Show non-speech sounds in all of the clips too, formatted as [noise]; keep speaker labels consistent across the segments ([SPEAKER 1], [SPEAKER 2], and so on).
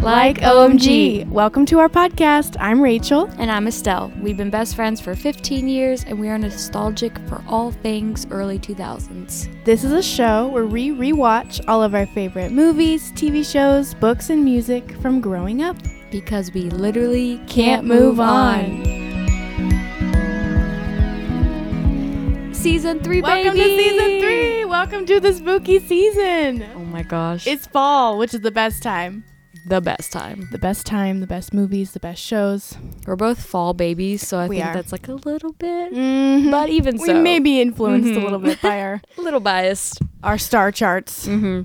[SPEAKER 1] Like OMG. Welcome to our podcast. I'm Rachel.
[SPEAKER 2] And I'm Estelle. We've been best friends for 15 years and we are nostalgic for all things early 2000s.
[SPEAKER 1] This is a show where we rewatch all of our favorite movies, TV shows, books, and music from growing up.
[SPEAKER 2] Because we literally can't move on. Season 3,
[SPEAKER 1] Welcome
[SPEAKER 2] baby!
[SPEAKER 1] to season three. Welcome to the spooky season.
[SPEAKER 2] Oh my gosh. It's
[SPEAKER 1] It's fall, which is the best time.
[SPEAKER 2] the best time.
[SPEAKER 1] The best time, the best movies, the best shows.
[SPEAKER 2] We're both fall babies, so I
[SPEAKER 1] We
[SPEAKER 2] think
[SPEAKER 1] are.
[SPEAKER 2] that's like a little bit,
[SPEAKER 1] Mm-hmm.
[SPEAKER 2] but even
[SPEAKER 1] we
[SPEAKER 2] so,
[SPEAKER 1] may be influenced a
[SPEAKER 2] Mhm.
[SPEAKER 1] little bit by our,
[SPEAKER 2] a little biased.
[SPEAKER 1] our star charts.
[SPEAKER 2] Mm-hmm.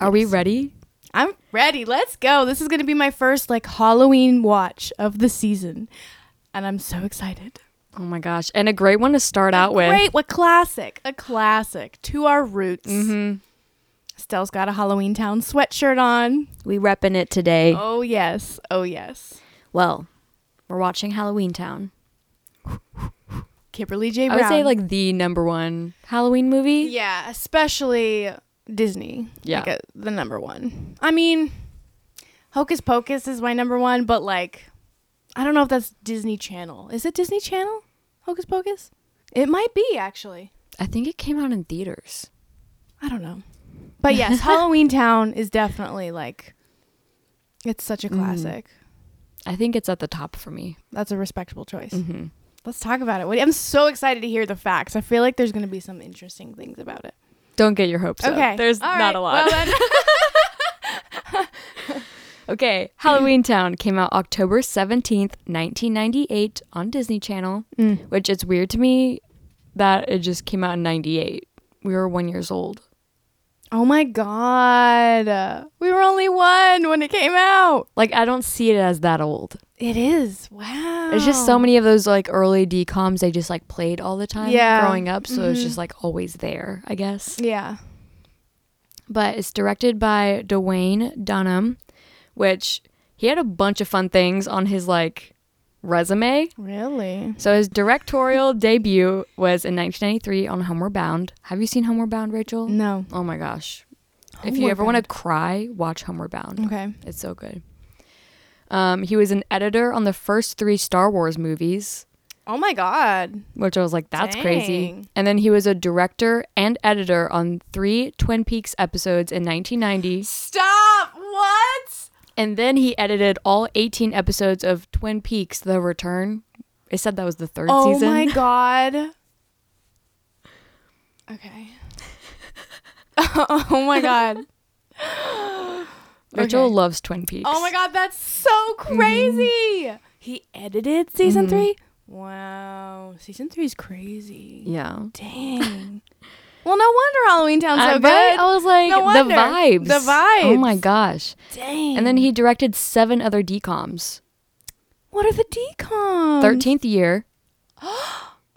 [SPEAKER 2] Are we
[SPEAKER 1] Yes.
[SPEAKER 2] ready?
[SPEAKER 1] I'm ready. Let's go. This is going to be my first like Halloween watch of the season. And I'm so excited.
[SPEAKER 2] Oh my gosh. And a great one to start out with.
[SPEAKER 1] Great. What classic? A classic to our roots.
[SPEAKER 2] Mhm.
[SPEAKER 1] Estelle's got a Halloween Town sweatshirt on.
[SPEAKER 2] We reppin' it today.
[SPEAKER 1] Oh, yes. Oh, yes.
[SPEAKER 2] Well, we're watching Halloween Town.
[SPEAKER 1] Kimberly J.
[SPEAKER 2] I
[SPEAKER 1] Brown.
[SPEAKER 2] would say like the number one Halloween movie.
[SPEAKER 1] Yeah, especially Disney.
[SPEAKER 2] Yeah.
[SPEAKER 1] Like, uh, the number one. I mean, Hocus Pocus is my number one, but like, I don't know if that's Disney Channel. Is it Disney Channel? Hocus Pocus? It might be, actually.
[SPEAKER 2] I think it came out in theaters.
[SPEAKER 1] I don't know.
[SPEAKER 2] [laughs]
[SPEAKER 1] But yes, Halloween Town is definitely like, it's such a
[SPEAKER 2] Mhm.
[SPEAKER 1] classic.
[SPEAKER 2] I think it's at the top for me.
[SPEAKER 1] That's a respectable choice.
[SPEAKER 2] Mm-hmm.
[SPEAKER 1] Let's talk about it. What- I'm so excited to hear the facts. I feel like there's going to be some interesting things about it.
[SPEAKER 2] Don't get your hopes up.
[SPEAKER 1] okay.
[SPEAKER 2] There's
[SPEAKER 1] All
[SPEAKER 2] not
[SPEAKER 1] right.
[SPEAKER 2] a lot. [laughs]
[SPEAKER 1] Well, then- [laughs]
[SPEAKER 2] okay. Halloween Town came out October 17th, 1998 on Disney Channel,
[SPEAKER 1] Mm.
[SPEAKER 2] which it's weird to me that it just came out in 98. We were one years old.
[SPEAKER 1] Oh my god. We were only one when it came out.
[SPEAKER 2] Like, I don't see it as that old.
[SPEAKER 1] It is. Wow.
[SPEAKER 2] It's just so many of those like early DComs they just like played all the time
[SPEAKER 1] Yeah.
[SPEAKER 2] growing up. So it's
[SPEAKER 1] Mhm.
[SPEAKER 2] just like always there, I guess.
[SPEAKER 1] Yeah.
[SPEAKER 2] But it's directed by Dwayne Dunham, which he had a bunch of fun things on his like resume.
[SPEAKER 1] Really?
[SPEAKER 2] So his directorial debut was in 1993 on Homeward Bound. Have you seen Homeward Bound, Rachel?
[SPEAKER 1] No.
[SPEAKER 2] Oh my gosh. if you ever want to cry, watch Homeward Bound.
[SPEAKER 1] Okay.
[SPEAKER 2] It's so good. Um, he was an editor on the first three Star Wars movies.
[SPEAKER 1] Oh my god.
[SPEAKER 2] which I was like, that's crazy.
[SPEAKER 1] Dang.
[SPEAKER 2] And then he was a director and editor on three Twin Peaks episodes in 1990.
[SPEAKER 1] Stop. What?
[SPEAKER 2] And then he edited all 18 episodes of Twin Peaks The Return. It said that was the third
[SPEAKER 1] Oh
[SPEAKER 2] season. [laughs]
[SPEAKER 1] my god. Okay. [laughs] oh
[SPEAKER 2] [laughs]
[SPEAKER 1] my god.
[SPEAKER 2] Rachel
[SPEAKER 1] Okay.
[SPEAKER 2] loves Twin Peaks.
[SPEAKER 1] Oh my god, that's so
[SPEAKER 2] Mm-hmm.
[SPEAKER 1] crazy. He edited season
[SPEAKER 2] Mhm.
[SPEAKER 1] 3? Wow. Season 3 is crazy.
[SPEAKER 2] [laughs] Yeah.
[SPEAKER 1] Dang. well, no wonder Halloween Town's so
[SPEAKER 2] I, Oh, right?
[SPEAKER 1] good.
[SPEAKER 2] I was like,
[SPEAKER 1] No
[SPEAKER 2] the
[SPEAKER 1] wonder.
[SPEAKER 2] vibes.
[SPEAKER 1] The
[SPEAKER 2] Oh my
[SPEAKER 1] vibes.
[SPEAKER 2] gosh.
[SPEAKER 1] Dang.
[SPEAKER 2] And then he directed seven other DCOMs.
[SPEAKER 1] what are the decoms?
[SPEAKER 2] 13th
[SPEAKER 1] [gasps]
[SPEAKER 2] year.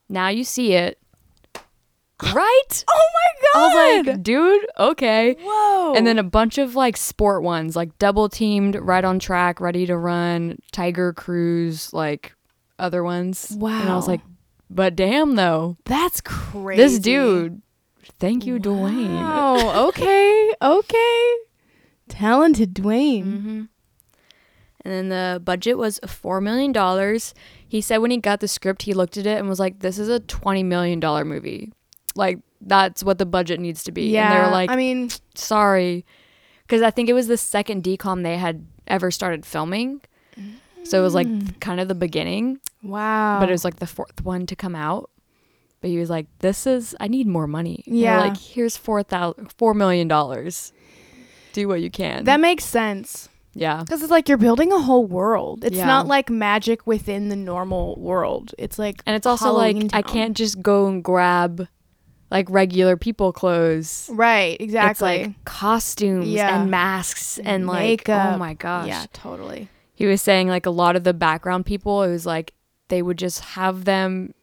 [SPEAKER 2] now you see it. Right?
[SPEAKER 1] Oh
[SPEAKER 2] I
[SPEAKER 1] my
[SPEAKER 2] was
[SPEAKER 1] god.
[SPEAKER 2] like, dude, okay.
[SPEAKER 1] Whoa.
[SPEAKER 2] And then a bunch of like sport ones, like double teamed, right on track, ready to run, Tiger Cruise, like other ones. And I was
[SPEAKER 1] Wow.
[SPEAKER 2] like, but damn though,
[SPEAKER 1] that's crazy.
[SPEAKER 2] this dude, thank you, Dwayne.
[SPEAKER 1] Oh, okay. Okay. Talented Dwayne.
[SPEAKER 2] Mm-hmm. And then the budget was $4 million. He said when he got the script, he looked at it and was like, this is a $20 million movie. Like, that's what the budget needs to be.
[SPEAKER 1] Yeah.
[SPEAKER 2] And they were like,
[SPEAKER 1] I mean,
[SPEAKER 2] sorry because i think it was the second decom they had ever started filming so it was like
[SPEAKER 1] Mm.
[SPEAKER 2] kind of the beginning
[SPEAKER 1] wow.
[SPEAKER 2] but it was
[SPEAKER 1] Oh.
[SPEAKER 2] like the fourth one to come out but he was like this is i need more money And they're
[SPEAKER 1] Yeah.
[SPEAKER 2] like here's four thousand four million dollars do what you can
[SPEAKER 1] that makes sense.
[SPEAKER 2] yeah
[SPEAKER 1] Because it's like you're building a whole world. It's
[SPEAKER 2] Yeah.
[SPEAKER 1] not like magic within the normal world. It's like
[SPEAKER 2] and it's also
[SPEAKER 1] Halloween
[SPEAKER 2] like i
[SPEAKER 1] Town.
[SPEAKER 2] can't just go and grab like regular people clothes
[SPEAKER 1] right, exactly.
[SPEAKER 2] it's like costumes
[SPEAKER 1] Yeah.
[SPEAKER 2] and masks and like oh
[SPEAKER 1] Makeup.
[SPEAKER 2] my gosh
[SPEAKER 1] Yeah, totally.
[SPEAKER 2] he was saying like a lot of the background people it was like they would just have them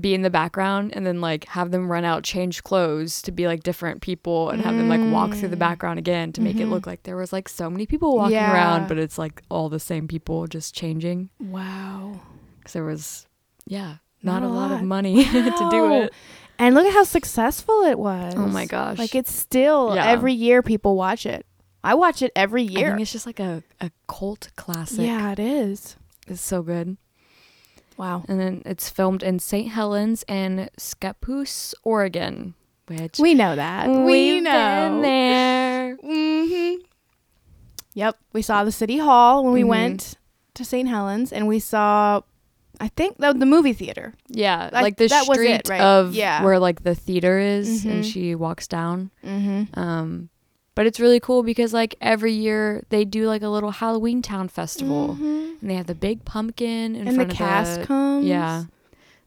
[SPEAKER 2] be in the background and then like have them run out change clothes to be like different people and have them like walk through the background again to make it look like there was like so many people walking
[SPEAKER 1] Yeah.
[SPEAKER 2] around but it's like all the same people just changing
[SPEAKER 1] Wow.
[SPEAKER 2] because there was yeah not,
[SPEAKER 1] Not
[SPEAKER 2] a
[SPEAKER 1] a
[SPEAKER 2] lot, of
[SPEAKER 1] lot.
[SPEAKER 2] money [laughs] to do
[SPEAKER 1] Wow.
[SPEAKER 2] it
[SPEAKER 1] And look at how successful it was.
[SPEAKER 2] oh my gosh
[SPEAKER 1] Like it's still
[SPEAKER 2] Yeah.
[SPEAKER 1] every year people watch it. I watch it every
[SPEAKER 2] I
[SPEAKER 1] year.
[SPEAKER 2] think it's just like a, a cult classic.
[SPEAKER 1] Yeah, it is.
[SPEAKER 2] It's so good.
[SPEAKER 1] Wow.
[SPEAKER 2] And then it's filmed in St. Helens and Scappoose, Oregon, which
[SPEAKER 1] We know that. we
[SPEAKER 2] we've
[SPEAKER 1] know.
[SPEAKER 2] been there.
[SPEAKER 1] Mm-hmm. Yep. We saw the city hall when we
[SPEAKER 2] Mhm.
[SPEAKER 1] went to St. Helens, and we saw, I think, the, the movie theater.
[SPEAKER 2] Yeah,
[SPEAKER 1] I-
[SPEAKER 2] like the
[SPEAKER 1] that was
[SPEAKER 2] street
[SPEAKER 1] it, right?
[SPEAKER 2] of
[SPEAKER 1] Yeah.
[SPEAKER 2] where like the theater is, and
[SPEAKER 1] Mhm.
[SPEAKER 2] she walks down.
[SPEAKER 1] Mm-hmm.
[SPEAKER 2] Um, but it's really cool because like every year they do like a little Halloween town festival, and they have the big pumpkin in
[SPEAKER 1] Mm-hmm. And the
[SPEAKER 2] front
[SPEAKER 1] cast
[SPEAKER 2] of the
[SPEAKER 1] comes.
[SPEAKER 2] yeah, in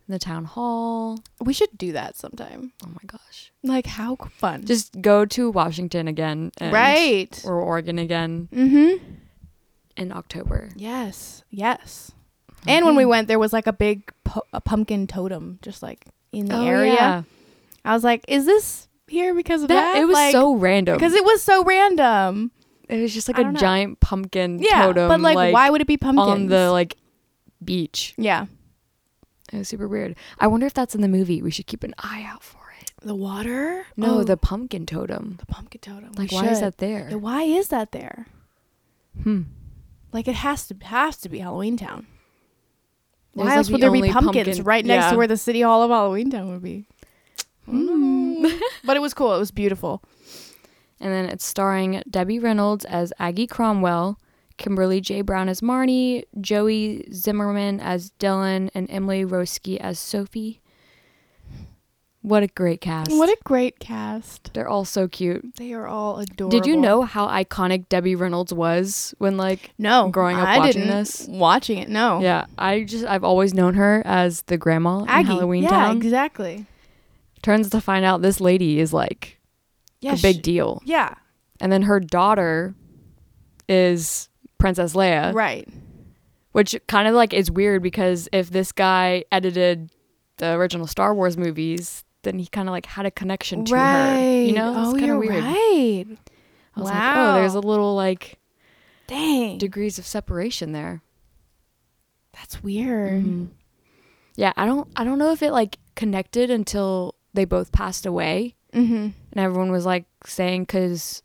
[SPEAKER 2] the town hall.
[SPEAKER 1] We should do that sometime.
[SPEAKER 2] Oh my gosh,
[SPEAKER 1] Like, how c- fun.
[SPEAKER 2] just go to Washington again, and,
[SPEAKER 1] right.
[SPEAKER 2] or Oregon again
[SPEAKER 1] Mm-hmm.
[SPEAKER 2] in October.
[SPEAKER 1] Yes. Yes. And when we
[SPEAKER 2] Mhm.
[SPEAKER 1] went, there was like a big pu- a pumpkin totem just like in the
[SPEAKER 2] Oh,
[SPEAKER 1] area.
[SPEAKER 2] yeah.
[SPEAKER 1] I was like, is this here because of that?
[SPEAKER 2] that, it was
[SPEAKER 1] Like,
[SPEAKER 2] so random
[SPEAKER 1] Because it was so random.
[SPEAKER 2] it was just like
[SPEAKER 1] I
[SPEAKER 2] a
[SPEAKER 1] don't know.
[SPEAKER 2] giant pumpkin
[SPEAKER 1] Yeah.
[SPEAKER 2] totem,
[SPEAKER 1] but like, why would it be pumpkins?
[SPEAKER 2] on the like beach.
[SPEAKER 1] yeah.
[SPEAKER 2] It was super weird. I wonder if that's in the movie. We should keep an eye out for it.
[SPEAKER 1] The water?
[SPEAKER 2] No,
[SPEAKER 1] Oh,
[SPEAKER 2] the pumpkin totem.
[SPEAKER 1] the pumpkin totem.
[SPEAKER 2] Like,
[SPEAKER 1] We
[SPEAKER 2] why is
[SPEAKER 1] should.
[SPEAKER 2] that there?
[SPEAKER 1] Yeah, why is that there?
[SPEAKER 2] hmm.
[SPEAKER 1] Like it has to has to be Halloween Town.
[SPEAKER 2] It
[SPEAKER 1] Why
[SPEAKER 2] was, like,
[SPEAKER 1] else
[SPEAKER 2] the
[SPEAKER 1] would there be
[SPEAKER 2] only
[SPEAKER 1] pumpkins
[SPEAKER 2] pumpkin-
[SPEAKER 1] right next to
[SPEAKER 2] yeah.
[SPEAKER 1] where the City Hall of Halloween Town would be? Mm. [laughs] but it was cool. It was beautiful.
[SPEAKER 2] And then it's starring Debbie Reynolds as Aggie Cromwell, Kimberly J. Brown as Marnie, Joey Zimmerman as Dylan, and Emily Roski as Sophie. What a great cast.
[SPEAKER 1] What a great cast.
[SPEAKER 2] They're all so cute.
[SPEAKER 1] They are all adorable.
[SPEAKER 2] Did you know how iconic Debbie Reynolds was when like
[SPEAKER 1] No,
[SPEAKER 2] growing up
[SPEAKER 1] I
[SPEAKER 2] watching
[SPEAKER 1] didn't.
[SPEAKER 2] this?
[SPEAKER 1] Watching it, no.
[SPEAKER 2] yeah, I just I've always known her as the grandma in
[SPEAKER 1] Aggie.
[SPEAKER 2] Halloween
[SPEAKER 1] yeah,
[SPEAKER 2] Town.
[SPEAKER 1] exactly.
[SPEAKER 2] turns to find out this lady is like
[SPEAKER 1] Yeah,
[SPEAKER 2] a big
[SPEAKER 1] she-
[SPEAKER 2] deal.
[SPEAKER 1] Yeah,
[SPEAKER 2] And then her daughter is Princess Leia,
[SPEAKER 1] right.
[SPEAKER 2] which kind of like is weird because if this guy edited the original Star Wars movies, then he kind of like had a connection to
[SPEAKER 1] right.
[SPEAKER 2] her. You know,
[SPEAKER 1] oh,
[SPEAKER 2] it's kind
[SPEAKER 1] you're
[SPEAKER 2] of weird.
[SPEAKER 1] right.
[SPEAKER 2] I was like, oh, there's a
[SPEAKER 1] Wow.
[SPEAKER 2] little like
[SPEAKER 1] Dang,
[SPEAKER 2] degrees of separation there.
[SPEAKER 1] that's weird.
[SPEAKER 2] Mhm. Yeah, I don't I don't know if it like connected until they both passed away.
[SPEAKER 1] Mm-hmm.
[SPEAKER 2] and everyone was like saying because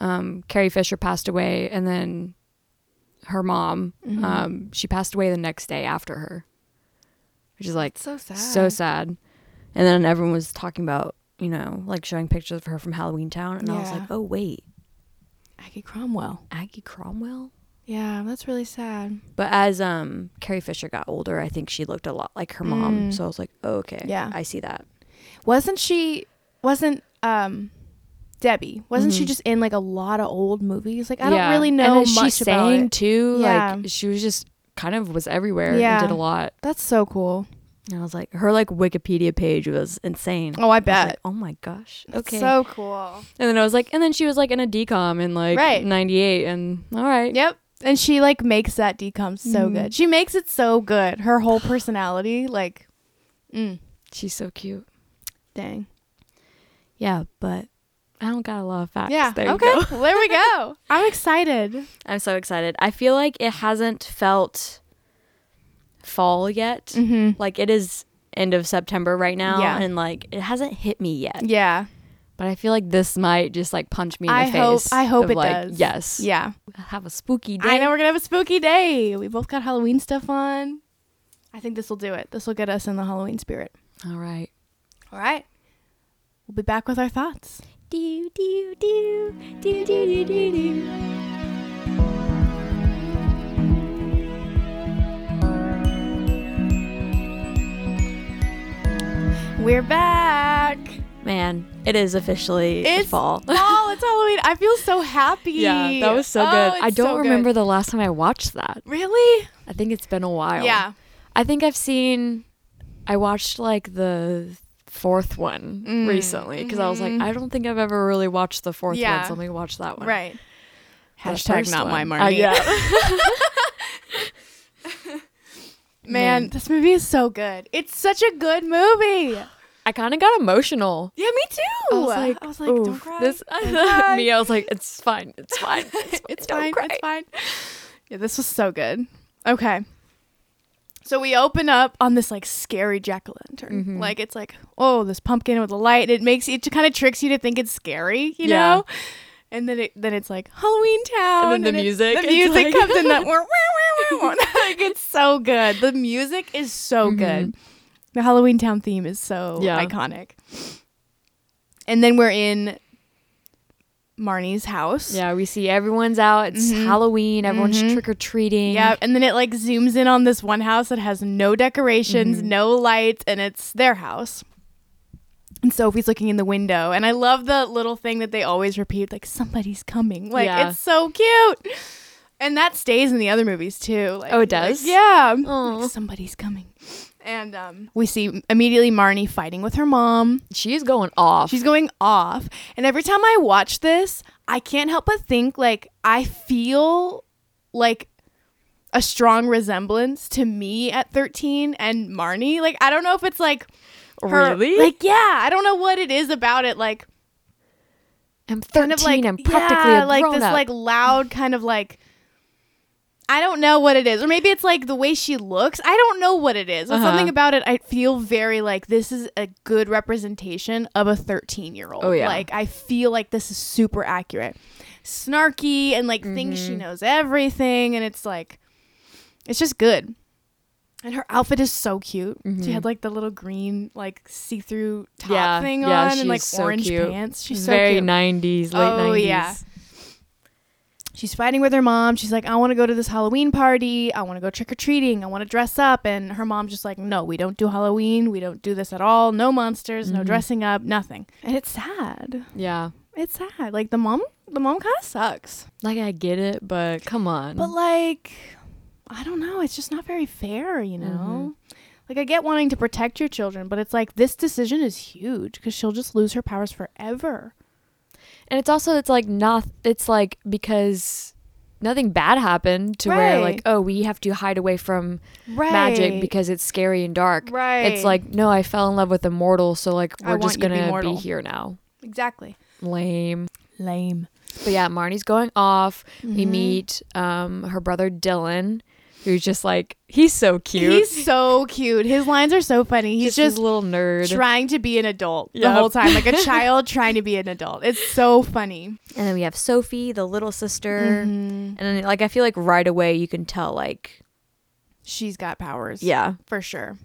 [SPEAKER 2] um, Carrie Fisher passed away, and then her mom,
[SPEAKER 1] Mhm.
[SPEAKER 2] um, she passed away the next day after her, which is like
[SPEAKER 1] so sad.
[SPEAKER 2] so sad. And then everyone was talking about you know like showing pictures of her from Halloween Town, and I was
[SPEAKER 1] Yeah.
[SPEAKER 2] like, oh wait,
[SPEAKER 1] Aggie Cromwell.
[SPEAKER 2] Aggie Cromwell.
[SPEAKER 1] Yeah, that's really sad.
[SPEAKER 2] But as um, Carrie Fisher got older, I think she looked a lot like her mom.
[SPEAKER 1] Mm.
[SPEAKER 2] So I was like, oh, okay,
[SPEAKER 1] Yeah.
[SPEAKER 2] I see that.
[SPEAKER 1] Wasn't she? Wasn't um, Debbie? Wasn't she
[SPEAKER 2] Mhm.
[SPEAKER 1] just in like a lot of old movies? Like I don't
[SPEAKER 2] Yeah.
[SPEAKER 1] really
[SPEAKER 2] And
[SPEAKER 1] know
[SPEAKER 2] then she
[SPEAKER 1] much
[SPEAKER 2] sang
[SPEAKER 1] about it.
[SPEAKER 2] too.
[SPEAKER 1] Yeah.
[SPEAKER 2] Like she was just kind of was everywhere
[SPEAKER 1] Yeah.
[SPEAKER 2] and did a lot.
[SPEAKER 1] That's so cool.
[SPEAKER 2] And I was like, her like Wikipedia page was insane.
[SPEAKER 1] Oh, I
[SPEAKER 2] I was
[SPEAKER 1] bet.
[SPEAKER 2] like, oh my gosh.
[SPEAKER 1] That's
[SPEAKER 2] Okay.
[SPEAKER 1] so cool.
[SPEAKER 2] and then I was like, and then she was like in a decom in like
[SPEAKER 1] Right.
[SPEAKER 2] 98. And all right.
[SPEAKER 1] Yep. And she like makes that decom so
[SPEAKER 2] Mhm.
[SPEAKER 1] good. She makes it so good. Her whole personality, like, mm,
[SPEAKER 2] She's so cute.
[SPEAKER 1] dang.
[SPEAKER 2] Yeah. But I don't got a lot of facts.
[SPEAKER 1] Yeah.
[SPEAKER 2] There you
[SPEAKER 1] okay.
[SPEAKER 2] go. [laughs]
[SPEAKER 1] there we [laughs] go. I'm excited.
[SPEAKER 2] I'm so excited. I feel like it hasn't felt fall yet.
[SPEAKER 1] Mm-hmm.
[SPEAKER 2] Like it is end of September right now.
[SPEAKER 1] Yeah.
[SPEAKER 2] And like it hasn't hit me yet.
[SPEAKER 1] Yeah.
[SPEAKER 2] But I feel like this might just like punch me in
[SPEAKER 1] I
[SPEAKER 2] the
[SPEAKER 1] hope-
[SPEAKER 2] face.
[SPEAKER 1] I hope
[SPEAKER 2] of,
[SPEAKER 1] it
[SPEAKER 2] like,
[SPEAKER 1] does.
[SPEAKER 2] Yes.
[SPEAKER 1] Yeah.
[SPEAKER 2] Have a spooky day.
[SPEAKER 1] I know we're gonna have a spooky day. We both got Halloween stuff on. I think this will do it. This will get us in the Halloween spirit.
[SPEAKER 2] All right.
[SPEAKER 1] All right. We'll be back with our thoughts.
[SPEAKER 2] Do do do do do do do do.
[SPEAKER 1] We're [laughs] back.
[SPEAKER 2] Man, it is officially
[SPEAKER 1] It's [laughs]
[SPEAKER 2] fall.
[SPEAKER 1] Oh, it's Halloween. I feel so happy.
[SPEAKER 2] yeah, that was so
[SPEAKER 1] Oh,
[SPEAKER 2] good. I
[SPEAKER 1] it's
[SPEAKER 2] don't
[SPEAKER 1] so good.
[SPEAKER 2] remember the last time I watched that.
[SPEAKER 1] Really?
[SPEAKER 2] I think it's been a while.
[SPEAKER 1] Yeah.
[SPEAKER 2] I think I've seen I watched like the fourth one
[SPEAKER 1] Mm,
[SPEAKER 2] recently because I was like
[SPEAKER 1] mhm.
[SPEAKER 2] I don't think I've ever really watched the fourth
[SPEAKER 1] Yeah.
[SPEAKER 2] one, so let me watch that one.
[SPEAKER 1] Right.
[SPEAKER 2] The first one. Uh,
[SPEAKER 1] [laughs]
[SPEAKER 2] yeah.
[SPEAKER 1] Man,
[SPEAKER 2] Man.
[SPEAKER 1] this movie is so good. It's such a good movie.
[SPEAKER 2] I kind of got emotional.
[SPEAKER 1] Yeah, me too.
[SPEAKER 2] I was like,
[SPEAKER 1] I was like,
[SPEAKER 2] "Oof,
[SPEAKER 1] don't cry.
[SPEAKER 2] This,
[SPEAKER 1] don't
[SPEAKER 2] [laughs]
[SPEAKER 1] cry.
[SPEAKER 2] me, I was like, it's fine,
[SPEAKER 1] [laughs]
[SPEAKER 2] it's fine, [laughs] it's fine.
[SPEAKER 1] it's
[SPEAKER 2] don't
[SPEAKER 1] fine.
[SPEAKER 2] cry."
[SPEAKER 1] It's fine. Yeah, this was so good. Okay. So we open up on this like scary jack o' lantern.
[SPEAKER 2] Mhm.
[SPEAKER 1] Like it's like, oh, this pumpkin with a light. It makes it kind of tricks you to think it's scary, you
[SPEAKER 2] Yeah.
[SPEAKER 1] know? and then it then it's like Halloween Town,
[SPEAKER 2] And then the
[SPEAKER 1] it's-
[SPEAKER 2] music,
[SPEAKER 1] the
[SPEAKER 2] it's
[SPEAKER 1] music
[SPEAKER 2] like-
[SPEAKER 1] comes
[SPEAKER 2] [laughs]
[SPEAKER 1] in that wah, wah, [laughs] wah, wah. like it's so good. The music is so good. The Halloween Town theme is so
[SPEAKER 2] Mm-hmm. Yeah.
[SPEAKER 1] iconic. And then we're in Marnie's house.
[SPEAKER 2] Yeah, we see everyone's out. It's
[SPEAKER 1] Mm-hmm.
[SPEAKER 2] Halloween. Everyone's trick or treating.
[SPEAKER 1] Yeah, and then it like zooms in on this one house that has no decorations, no lights, and it's their house. And Sophie's looking in the window, and I love the little thing that they always repeat, like somebody's coming. Like
[SPEAKER 2] Yeah.
[SPEAKER 1] it's so cute, and that stays in the other movies too. Like,
[SPEAKER 2] Oh, it
[SPEAKER 1] you're like,
[SPEAKER 2] does?
[SPEAKER 1] yeah,
[SPEAKER 2] Aw.
[SPEAKER 1] like, somebody's coming, and um, Oh. we see immediately Marnie fighting with her mom.
[SPEAKER 2] She's going off.
[SPEAKER 1] She's going off. And every time I watch this, I can't help but think like I feel like a strong resemblance to me at 13 and Marnie. Like I don't know if it's like her,
[SPEAKER 2] Really?
[SPEAKER 1] Like yeah, I don't know what it is about it like
[SPEAKER 2] I'm 13.
[SPEAKER 1] kind of like
[SPEAKER 2] I'm practically
[SPEAKER 1] yeah,
[SPEAKER 2] a
[SPEAKER 1] like
[SPEAKER 2] grown
[SPEAKER 1] this
[SPEAKER 2] up.
[SPEAKER 1] like loud kind of like I don't know what it is, or maybe it's like the way she looks. I don't know what it is. But
[SPEAKER 2] Uh-huh.
[SPEAKER 1] Something about it, I feel very like this is a good representation of a thirteen-year-old.
[SPEAKER 2] Oh, yeah.
[SPEAKER 1] like I feel like this is super accurate, snarky, and like thinks
[SPEAKER 2] Mm-hmm.
[SPEAKER 1] she knows everything, and it's like, it's just good. And her outfit is so cute. She had like the little green like see-through top
[SPEAKER 2] Mm-hmm. Yeah,
[SPEAKER 1] thing
[SPEAKER 2] yeah,
[SPEAKER 1] on, and
[SPEAKER 2] she's
[SPEAKER 1] like
[SPEAKER 2] so
[SPEAKER 1] orange
[SPEAKER 2] cute.
[SPEAKER 1] pants. She's so
[SPEAKER 2] very
[SPEAKER 1] cute.
[SPEAKER 2] 90s, late
[SPEAKER 1] Oh,
[SPEAKER 2] 90s.
[SPEAKER 1] yeah. She's fighting with her mom. She's like, I want to go to this Halloween party. I want to go trick or treating. I want to dress up. And her mom's just like, No, we don't do Halloween. We don't do this at all. No monsters, no dressing up, nothing. Mm-hmm. And it's sad.
[SPEAKER 2] Yeah.
[SPEAKER 1] It's sad. Like the mom, the mom kind of sucks.
[SPEAKER 2] Like, I get it, but come on.
[SPEAKER 1] But like, I don't know. It's just not very fair, you know? Like, I get wanting to protect your children, but it's like this decision is huge because she'll just lose her powers forever.
[SPEAKER 2] and it's also, it's like not, it's like because nothing bad happened to where
[SPEAKER 1] Right.
[SPEAKER 2] like, oh, we have to hide away from
[SPEAKER 1] Right.
[SPEAKER 2] magic because it's scary and dark.
[SPEAKER 1] Right.
[SPEAKER 2] It's like, no, I fell in love with a mortal, so like,
[SPEAKER 1] I
[SPEAKER 2] we're
[SPEAKER 1] want
[SPEAKER 2] just
[SPEAKER 1] you to be
[SPEAKER 2] going to be
[SPEAKER 1] mortal.
[SPEAKER 2] here now.
[SPEAKER 1] Exactly.
[SPEAKER 2] Lame.
[SPEAKER 1] Lame.
[SPEAKER 2] But yeah, Marnie's going off. We
[SPEAKER 1] Mm-hmm.
[SPEAKER 2] meet um, her brother Dylan, who's just like he's so cute.
[SPEAKER 1] He's so cute. His lines are so funny. He's
[SPEAKER 2] this
[SPEAKER 1] just,
[SPEAKER 2] little nerd.
[SPEAKER 1] trying to be an adult
[SPEAKER 2] Yep.
[SPEAKER 1] the whole time,
[SPEAKER 2] [laughs]
[SPEAKER 1] like a child trying to be an adult. It's so funny.
[SPEAKER 2] and then we have Sophie, the little sister.
[SPEAKER 1] Mm-hmm.
[SPEAKER 2] And then like I feel like right away you can tell like
[SPEAKER 1] She's got powers.
[SPEAKER 2] yeah.
[SPEAKER 1] For sure.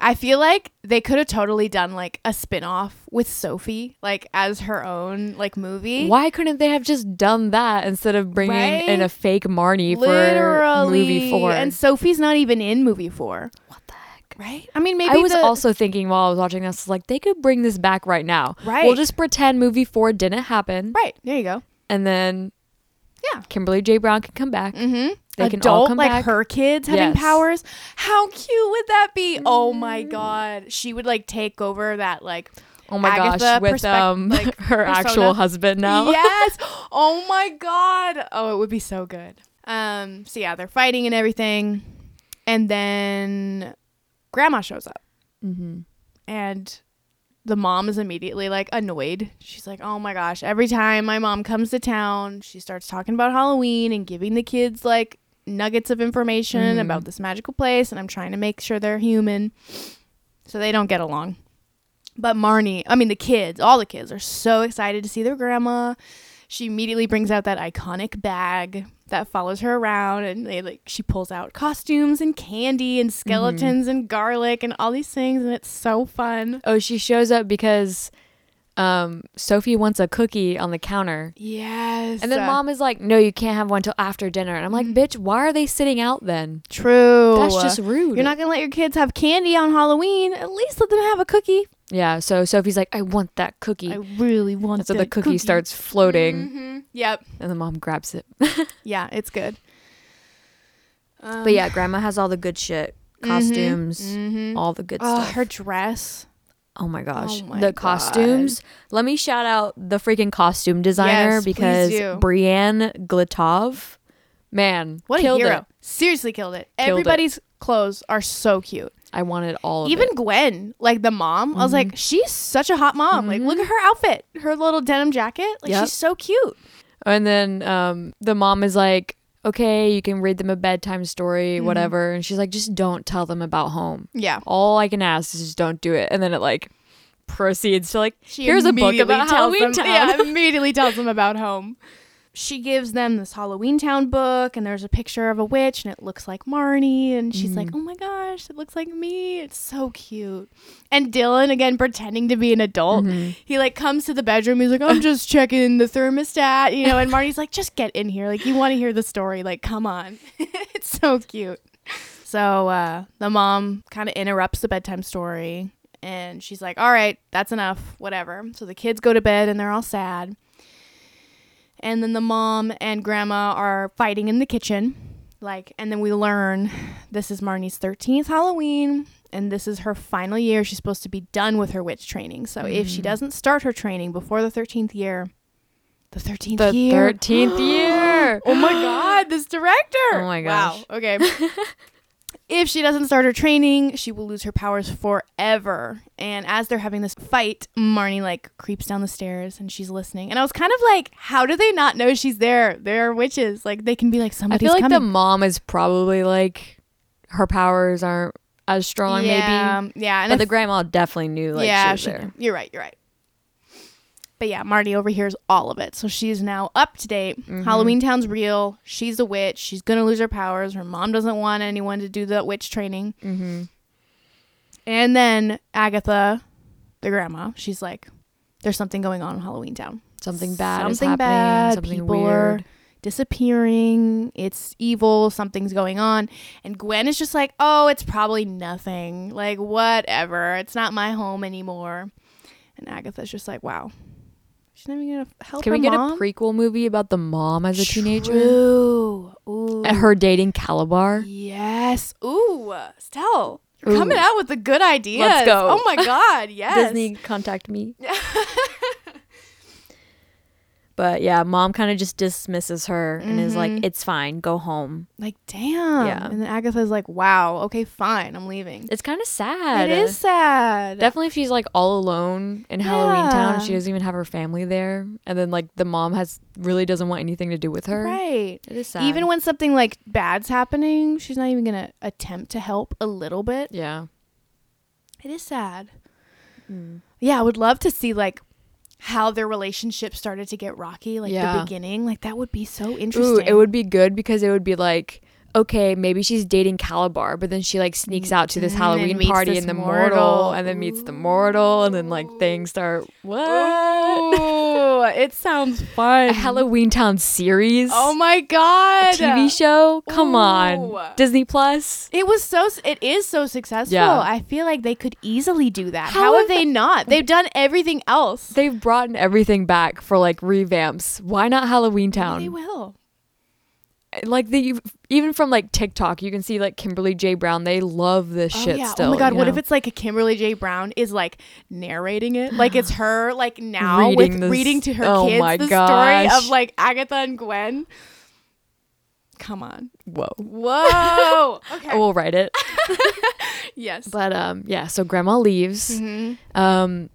[SPEAKER 1] I feel like they could have totally done like a spin-off with Sophie, like as her own like movie.
[SPEAKER 2] Why couldn't they have just done that instead of bringing
[SPEAKER 1] Right?
[SPEAKER 2] in a fake Marnie for movie four?
[SPEAKER 1] And Sophie's not even in movie four.
[SPEAKER 2] what the heck?
[SPEAKER 1] Right? I mean maybe
[SPEAKER 2] I was
[SPEAKER 1] the-
[SPEAKER 2] also thinking while I was watching this, like they could bring this back right now. We'll
[SPEAKER 1] Right.
[SPEAKER 2] just pretend movie four didn't happen,
[SPEAKER 1] Right. There you go.
[SPEAKER 2] and then
[SPEAKER 1] Yeah.
[SPEAKER 2] Kimberly J. Brown can come back.
[SPEAKER 1] Mm-hmm.
[SPEAKER 2] They
[SPEAKER 1] Adult,
[SPEAKER 2] can all come
[SPEAKER 1] like
[SPEAKER 2] back.
[SPEAKER 1] her kids having
[SPEAKER 2] Yes. Mm-hmm.
[SPEAKER 1] powers. How cute would that be? Oh my god, she would like take over that like.
[SPEAKER 2] Oh my gosh,
[SPEAKER 1] Agatha
[SPEAKER 2] with
[SPEAKER 1] perspec-
[SPEAKER 2] um
[SPEAKER 1] like,
[SPEAKER 2] [laughs] her
[SPEAKER 1] persona.
[SPEAKER 2] actual husband [laughs] now.
[SPEAKER 1] Yes. Oh my god. Oh, it would be so good. Um. So yeah, they're fighting and everything, and then Grandma shows up,
[SPEAKER 2] Mm-hmm.
[SPEAKER 1] and the mom is immediately like annoyed. She's like, "Oh my gosh, every time my mom comes to town, she starts talking about Halloween and giving the kids like nuggets of information
[SPEAKER 2] Mhm.
[SPEAKER 1] about this magical place and I'm trying to make sure they're human." So they don't get along. But Marnie, I mean the kids, all the kids are so excited to see their grandma. She immediately brings out that iconic bag that follows her around and they like she pulls out costumes and candy and skeletons and garlic and all these things and it's so fun.
[SPEAKER 2] Oh, she shows up because um Sophie wants a cookie on the counter.
[SPEAKER 1] Yes. Mm-hmm.
[SPEAKER 2] And then mom is like, "No, you can't have one till after dinner." And I'm like, "Bitch, why are they sitting out then?
[SPEAKER 1] True.
[SPEAKER 2] That's just rude."
[SPEAKER 1] You're not gonna let your kids have candy on Halloween. At least let them have a cookie.
[SPEAKER 2] Yeah, so Sophie's like, "I want that cookie."
[SPEAKER 1] I really want.
[SPEAKER 2] And so the cookie, Mm-hmm. starts floating
[SPEAKER 1] hmm Yep.
[SPEAKER 2] and the mom grabs it.
[SPEAKER 1] Yeah, it's good. Um,
[SPEAKER 3] But yeah, grandma has all the good shit.
[SPEAKER 2] Mm-hmm.
[SPEAKER 3] Costumes,
[SPEAKER 1] mhm.
[SPEAKER 3] all the good
[SPEAKER 1] Oh,
[SPEAKER 3] stuff.
[SPEAKER 1] her dress.
[SPEAKER 3] oh my gosh.
[SPEAKER 1] Oh my
[SPEAKER 3] the
[SPEAKER 1] God.
[SPEAKER 3] costumes. Let me shout out the freaking costume designer
[SPEAKER 1] Yes, please
[SPEAKER 3] because
[SPEAKER 1] do.
[SPEAKER 3] Brianne Glitov,
[SPEAKER 2] Man,
[SPEAKER 1] What
[SPEAKER 2] killed
[SPEAKER 1] a hero!
[SPEAKER 2] it.
[SPEAKER 1] Seriously, killed it.
[SPEAKER 2] Killed it.
[SPEAKER 1] Everybody's clothes are so cute.
[SPEAKER 2] I wanted all of
[SPEAKER 1] Even
[SPEAKER 2] it. Mm-hmm.
[SPEAKER 1] Gwen, like the mom, I was like, she's such a hot mom. Like, look at her outfit, her little denim jacket. Like,
[SPEAKER 2] Yep.
[SPEAKER 1] she's so cute.
[SPEAKER 2] And then um, the mom is like, okay, you can read them a bedtime story, whatever. And she's like, just don't tell them about home.
[SPEAKER 1] Yeah.
[SPEAKER 2] All I can ask is just don't do it. And then it like proceeds to like
[SPEAKER 1] She
[SPEAKER 2] here's a book
[SPEAKER 1] immediately
[SPEAKER 2] about
[SPEAKER 1] tells
[SPEAKER 2] Halloween
[SPEAKER 1] them-
[SPEAKER 2] Town.
[SPEAKER 1] Yeah, [laughs] immediately tells them about home. She gives them this Halloween Town book, and there's a picture of a witch, and it looks like Marnie. And she's like, "Oh my gosh, it looks like me! It's so cute." And Dylan, again pretending to be an adult, he like comes to the bedroom. He's like, [laughs] "I'm just checking the thermostat," you know. And Marnie's like, "Just get in here! Like, you want to hear the story? Like, come on!" [laughs] it's so cute. So uh, the mom kind of interrupts the bedtime story and she's like, all right, that's enough, whatever. So the kids go to bed and they're all sad. And then the mom and grandma are fighting in the kitchen. Like, and then we learn this is Marnie's 13th Halloween and this is her final year. She's supposed to be done with her witch training. So if she doesn't start her training before the 13th year, the
[SPEAKER 2] [laughs]
[SPEAKER 1] 13th
[SPEAKER 2] The
[SPEAKER 1] year.
[SPEAKER 2] thirteenth [gasps] year.
[SPEAKER 1] Oh my god, this director.
[SPEAKER 2] Oh my gosh.
[SPEAKER 1] Wow. Okay.
[SPEAKER 2] [laughs]
[SPEAKER 1] if she doesn't start her training, she will lose her powers forever. And as they're having this fight, Marnie like creeps down the stairs and she's listening. And I was kind of like, how do they not know she's there? They're witches. Like they can be like
[SPEAKER 2] I
[SPEAKER 1] somebody's
[SPEAKER 2] feel like
[SPEAKER 1] coming.
[SPEAKER 2] the mom is probably like her powers aren't as strong,
[SPEAKER 1] yeah,
[SPEAKER 2] maybe.
[SPEAKER 1] Yeah, and
[SPEAKER 2] But
[SPEAKER 1] I
[SPEAKER 2] the grandma definitely knew like she was there.
[SPEAKER 1] knew. You're right. You're right. But yeah, Marty overhears all of it. So she's now up to date.
[SPEAKER 2] Mm-hmm.
[SPEAKER 1] Halloween Town's real. She's a witch. She's going to lose her powers. Her mom doesn't want anyone to do the witch training. Mm-hmm. And then Agatha, the grandma, she's like, there's something going on in Halloween Town.
[SPEAKER 2] Something bad is
[SPEAKER 1] Something
[SPEAKER 2] happening.
[SPEAKER 1] bad.
[SPEAKER 2] Something
[SPEAKER 1] People
[SPEAKER 2] weird.
[SPEAKER 1] are disappearing. It's evil. Something's going on. And Gwen is just like, oh, it's probably nothing. Like, whatever. It's not my home anymore. And Agatha's just like, wow. She's not even going to help
[SPEAKER 2] Can
[SPEAKER 1] her
[SPEAKER 2] we get
[SPEAKER 1] mom?
[SPEAKER 2] a prequel movie about the mom as a teenager?
[SPEAKER 1] True. Ooh.
[SPEAKER 2] And her dating Calabar?
[SPEAKER 1] Yes. Ooh. Stell, you're
[SPEAKER 2] Ooh.
[SPEAKER 1] coming out with the good ideas.
[SPEAKER 2] go.
[SPEAKER 1] Oh
[SPEAKER 2] [laughs]
[SPEAKER 1] my God. Yes.
[SPEAKER 2] Disney contact [laughs] me. but yeah, mom kind of just dismisses her and is like, "It's fine, go home."
[SPEAKER 1] Like, damn.
[SPEAKER 2] Yeah.
[SPEAKER 1] And then Agatha's like, wow. Okay, fine. I'm leaving.
[SPEAKER 2] It's kind of sad.
[SPEAKER 1] It is sad.
[SPEAKER 2] Definitely, if she's like all alone in Halloween Town.
[SPEAKER 1] Yeah.
[SPEAKER 2] She doesn't even have her family there, and then like the mom has really doesn't want anything to do with her.
[SPEAKER 1] Right.
[SPEAKER 2] It is sad.
[SPEAKER 1] Even when something like bad's happening, she's not even going to attempt to help a little bit.
[SPEAKER 2] yeah,
[SPEAKER 1] It is sad.
[SPEAKER 2] Mm.
[SPEAKER 1] Yeah, I would love to see like how their relationship started to get rocky, like the
[SPEAKER 2] Yeah.
[SPEAKER 1] beginning. Like that would be so
[SPEAKER 2] Ooh,
[SPEAKER 1] [laughs] interesting.
[SPEAKER 2] it would be good because it would be like, okay, maybe she's dating Calabar, but then she like sneaks out to this
[SPEAKER 1] Mm, and
[SPEAKER 2] Halloween
[SPEAKER 1] meets
[SPEAKER 2] party
[SPEAKER 1] this
[SPEAKER 2] in the
[SPEAKER 1] mortal.
[SPEAKER 2] mortal, and then meets the mortal, and then like things start what
[SPEAKER 1] Ooh, it sounds fun.
[SPEAKER 2] a Halloween Town series,
[SPEAKER 1] Oh my god.
[SPEAKER 2] TV show. Come
[SPEAKER 1] Ooh.
[SPEAKER 2] on, Disney Plus.
[SPEAKER 1] It was so. s- It is so successful.
[SPEAKER 2] Yeah.
[SPEAKER 1] I feel like they could easily do that. How,
[SPEAKER 2] How have-
[SPEAKER 1] have they not? They've done everything else.
[SPEAKER 2] They've brought everything back for like revamps. Why not Halloween
[SPEAKER 1] They
[SPEAKER 2] Town? Eh,
[SPEAKER 1] will.
[SPEAKER 2] Like the even from like TikTok, you can see like Kimberly J Brown. They love this shit still.
[SPEAKER 1] Oh my god,
[SPEAKER 2] you
[SPEAKER 1] what
[SPEAKER 2] know?
[SPEAKER 1] if it's like a Kimberly J. Brown is like narrating it?
[SPEAKER 2] [gasps]
[SPEAKER 1] Like it's her like now
[SPEAKER 2] Reading
[SPEAKER 1] with
[SPEAKER 2] this-
[SPEAKER 1] reading to her
[SPEAKER 2] oh
[SPEAKER 1] kids
[SPEAKER 2] my
[SPEAKER 1] the story
[SPEAKER 2] gosh.
[SPEAKER 1] of like Agatha and Gwen.
[SPEAKER 2] [laughs]
[SPEAKER 1] Come on.
[SPEAKER 2] whoa?
[SPEAKER 1] Whoa. okay.
[SPEAKER 2] We'll write
[SPEAKER 1] [laughs]
[SPEAKER 2] it.
[SPEAKER 1] yes.
[SPEAKER 2] Oh, But um, yeah, so grandma leaves.
[SPEAKER 1] Mhm.
[SPEAKER 2] Um,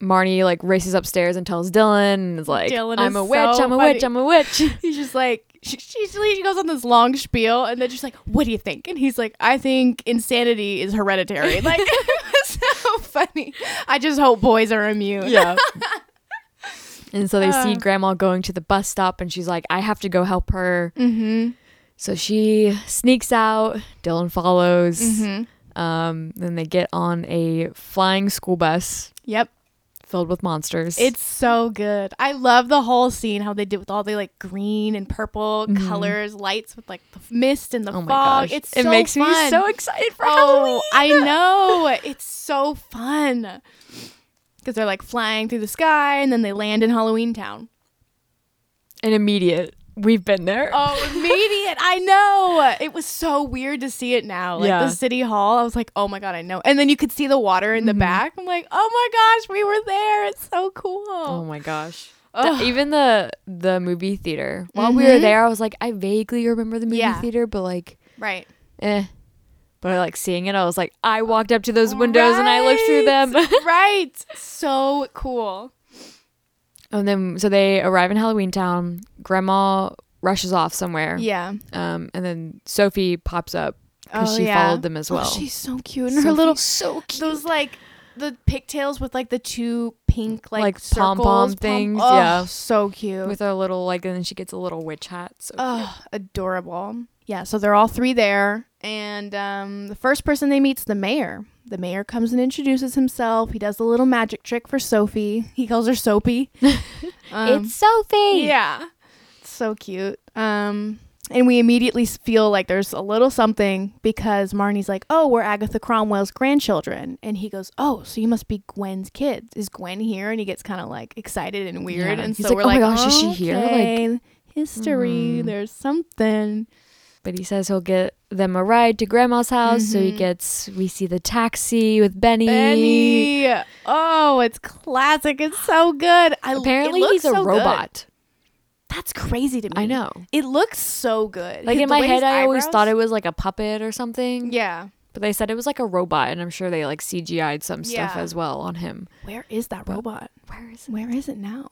[SPEAKER 2] Marnie like races upstairs and tells Dylan and is like,
[SPEAKER 1] Dylan
[SPEAKER 2] "I'm
[SPEAKER 1] is
[SPEAKER 2] a witch.
[SPEAKER 1] so
[SPEAKER 2] I'm a
[SPEAKER 1] funny.
[SPEAKER 2] witch. I'm a witch."
[SPEAKER 1] [laughs] He's just like she, she, she goes on this long spiel and then she's like, "What do you think?" And he's like, "I think insanity is hereditary." Like [laughs] it was so funny. I just hope boys are immune.
[SPEAKER 2] yeah. And so they see
[SPEAKER 1] Uh.
[SPEAKER 2] grandma going to the bus stop and she's like, "I have to go help her."
[SPEAKER 1] Mhm.
[SPEAKER 2] So she sneaks out. Dylan follows.
[SPEAKER 1] Mhm.
[SPEAKER 2] Um, then they get on a flying school bus
[SPEAKER 1] [laughs] Yep.
[SPEAKER 2] filled with monsters.
[SPEAKER 1] It's so good. I love the whole scene how they did with all the like green and purple colors, lights with like the mist and the
[SPEAKER 2] Mm-hmm. oh my
[SPEAKER 1] fog.
[SPEAKER 2] gosh!
[SPEAKER 1] It's
[SPEAKER 2] it
[SPEAKER 1] so
[SPEAKER 2] makes me
[SPEAKER 1] fun.
[SPEAKER 2] so excited for
[SPEAKER 1] Oh,
[SPEAKER 2] Halloween.
[SPEAKER 1] I know. It's so fun because they're like flying through the sky and then they land in Halloween Town.
[SPEAKER 2] An immediate. We've been there.
[SPEAKER 1] Oh, [laughs] immediate! I know. It was so weird to see it now, like
[SPEAKER 2] Yeah.
[SPEAKER 1] the city hall. I was like, oh my god, I know. And then you could see the water in the
[SPEAKER 2] Mm-hmm.
[SPEAKER 1] back. I'm like, oh my gosh, we were there. It's so cool.
[SPEAKER 2] Oh my gosh.
[SPEAKER 1] Ugh.
[SPEAKER 2] The- even the the movie theater. While we were
[SPEAKER 1] Mhm.
[SPEAKER 2] there, I was like, I vaguely remember the movie
[SPEAKER 1] Yeah.
[SPEAKER 2] theater, but like,
[SPEAKER 1] Right.
[SPEAKER 2] eh. But I like seeing it. I was like, I walked up to those windows and I looked through them. [laughs]
[SPEAKER 1] [laughs] Right. right. So cool.
[SPEAKER 2] and then so they arrive in Halloween Town. Grandma rushes off somewhere.
[SPEAKER 1] Yeah.
[SPEAKER 2] Um, and then Sophie pops up because she followed them as well.
[SPEAKER 1] Oh, she's so cute. And her
[SPEAKER 2] Sophie's
[SPEAKER 1] little
[SPEAKER 2] so cute.
[SPEAKER 1] those like the pigtails with like the two pink like,
[SPEAKER 2] Like
[SPEAKER 1] circles,
[SPEAKER 2] pom-pom things,
[SPEAKER 1] oh,
[SPEAKER 2] yeah.
[SPEAKER 1] so cute.
[SPEAKER 2] with a little like, and then she gets a little witch hat. So
[SPEAKER 1] Oh, adorable. Yeah, so they're all three there. And um, the first person they meet's the mayor. The mayor comes and introduces himself. He does a little magic trick for Sophie. He calls
[SPEAKER 2] [laughs]
[SPEAKER 1] her Soapy. Um,
[SPEAKER 3] it's Sophie.
[SPEAKER 1] yeah, it's so cute. Um, and we immediately s- feel like there's a little something because Marnie's like, "Oh, we're Agatha Cromwell's grandchildren," and he goes, "Oh, so you must be Gwen's kids? Is Gwen here?" And he gets kind of like excited and weird,
[SPEAKER 2] Yeah.
[SPEAKER 1] and
[SPEAKER 2] He's
[SPEAKER 1] so
[SPEAKER 2] like,
[SPEAKER 1] we're
[SPEAKER 2] "Oh my
[SPEAKER 1] like,
[SPEAKER 2] gosh, is she here?" Like-
[SPEAKER 1] "Okay, history.
[SPEAKER 2] Mm.
[SPEAKER 1] There's something."
[SPEAKER 2] But he says he'll get them a ride to grandma's house. So he
[SPEAKER 1] Mhm.
[SPEAKER 2] gets, we see the taxi with Benny.
[SPEAKER 1] Benny. Oh, it's classic. It's so good. I it
[SPEAKER 2] Apparently
[SPEAKER 1] looks
[SPEAKER 2] he's a
[SPEAKER 1] so good.
[SPEAKER 2] robot.
[SPEAKER 1] That's crazy to me.
[SPEAKER 2] I know.
[SPEAKER 1] It looks so good.
[SPEAKER 2] Like
[SPEAKER 1] The
[SPEAKER 2] in my
[SPEAKER 1] way his
[SPEAKER 2] head, I always
[SPEAKER 1] eyebrows-
[SPEAKER 2] thought it was like a puppet or something.
[SPEAKER 1] Yeah.
[SPEAKER 2] But they said it was like a robot, and I'm sure they like CGI'd some stuff
[SPEAKER 1] Yeah.
[SPEAKER 2] as well on him.
[SPEAKER 1] Where is that
[SPEAKER 2] But-
[SPEAKER 1] robot?
[SPEAKER 2] Where is
[SPEAKER 1] Where is it now?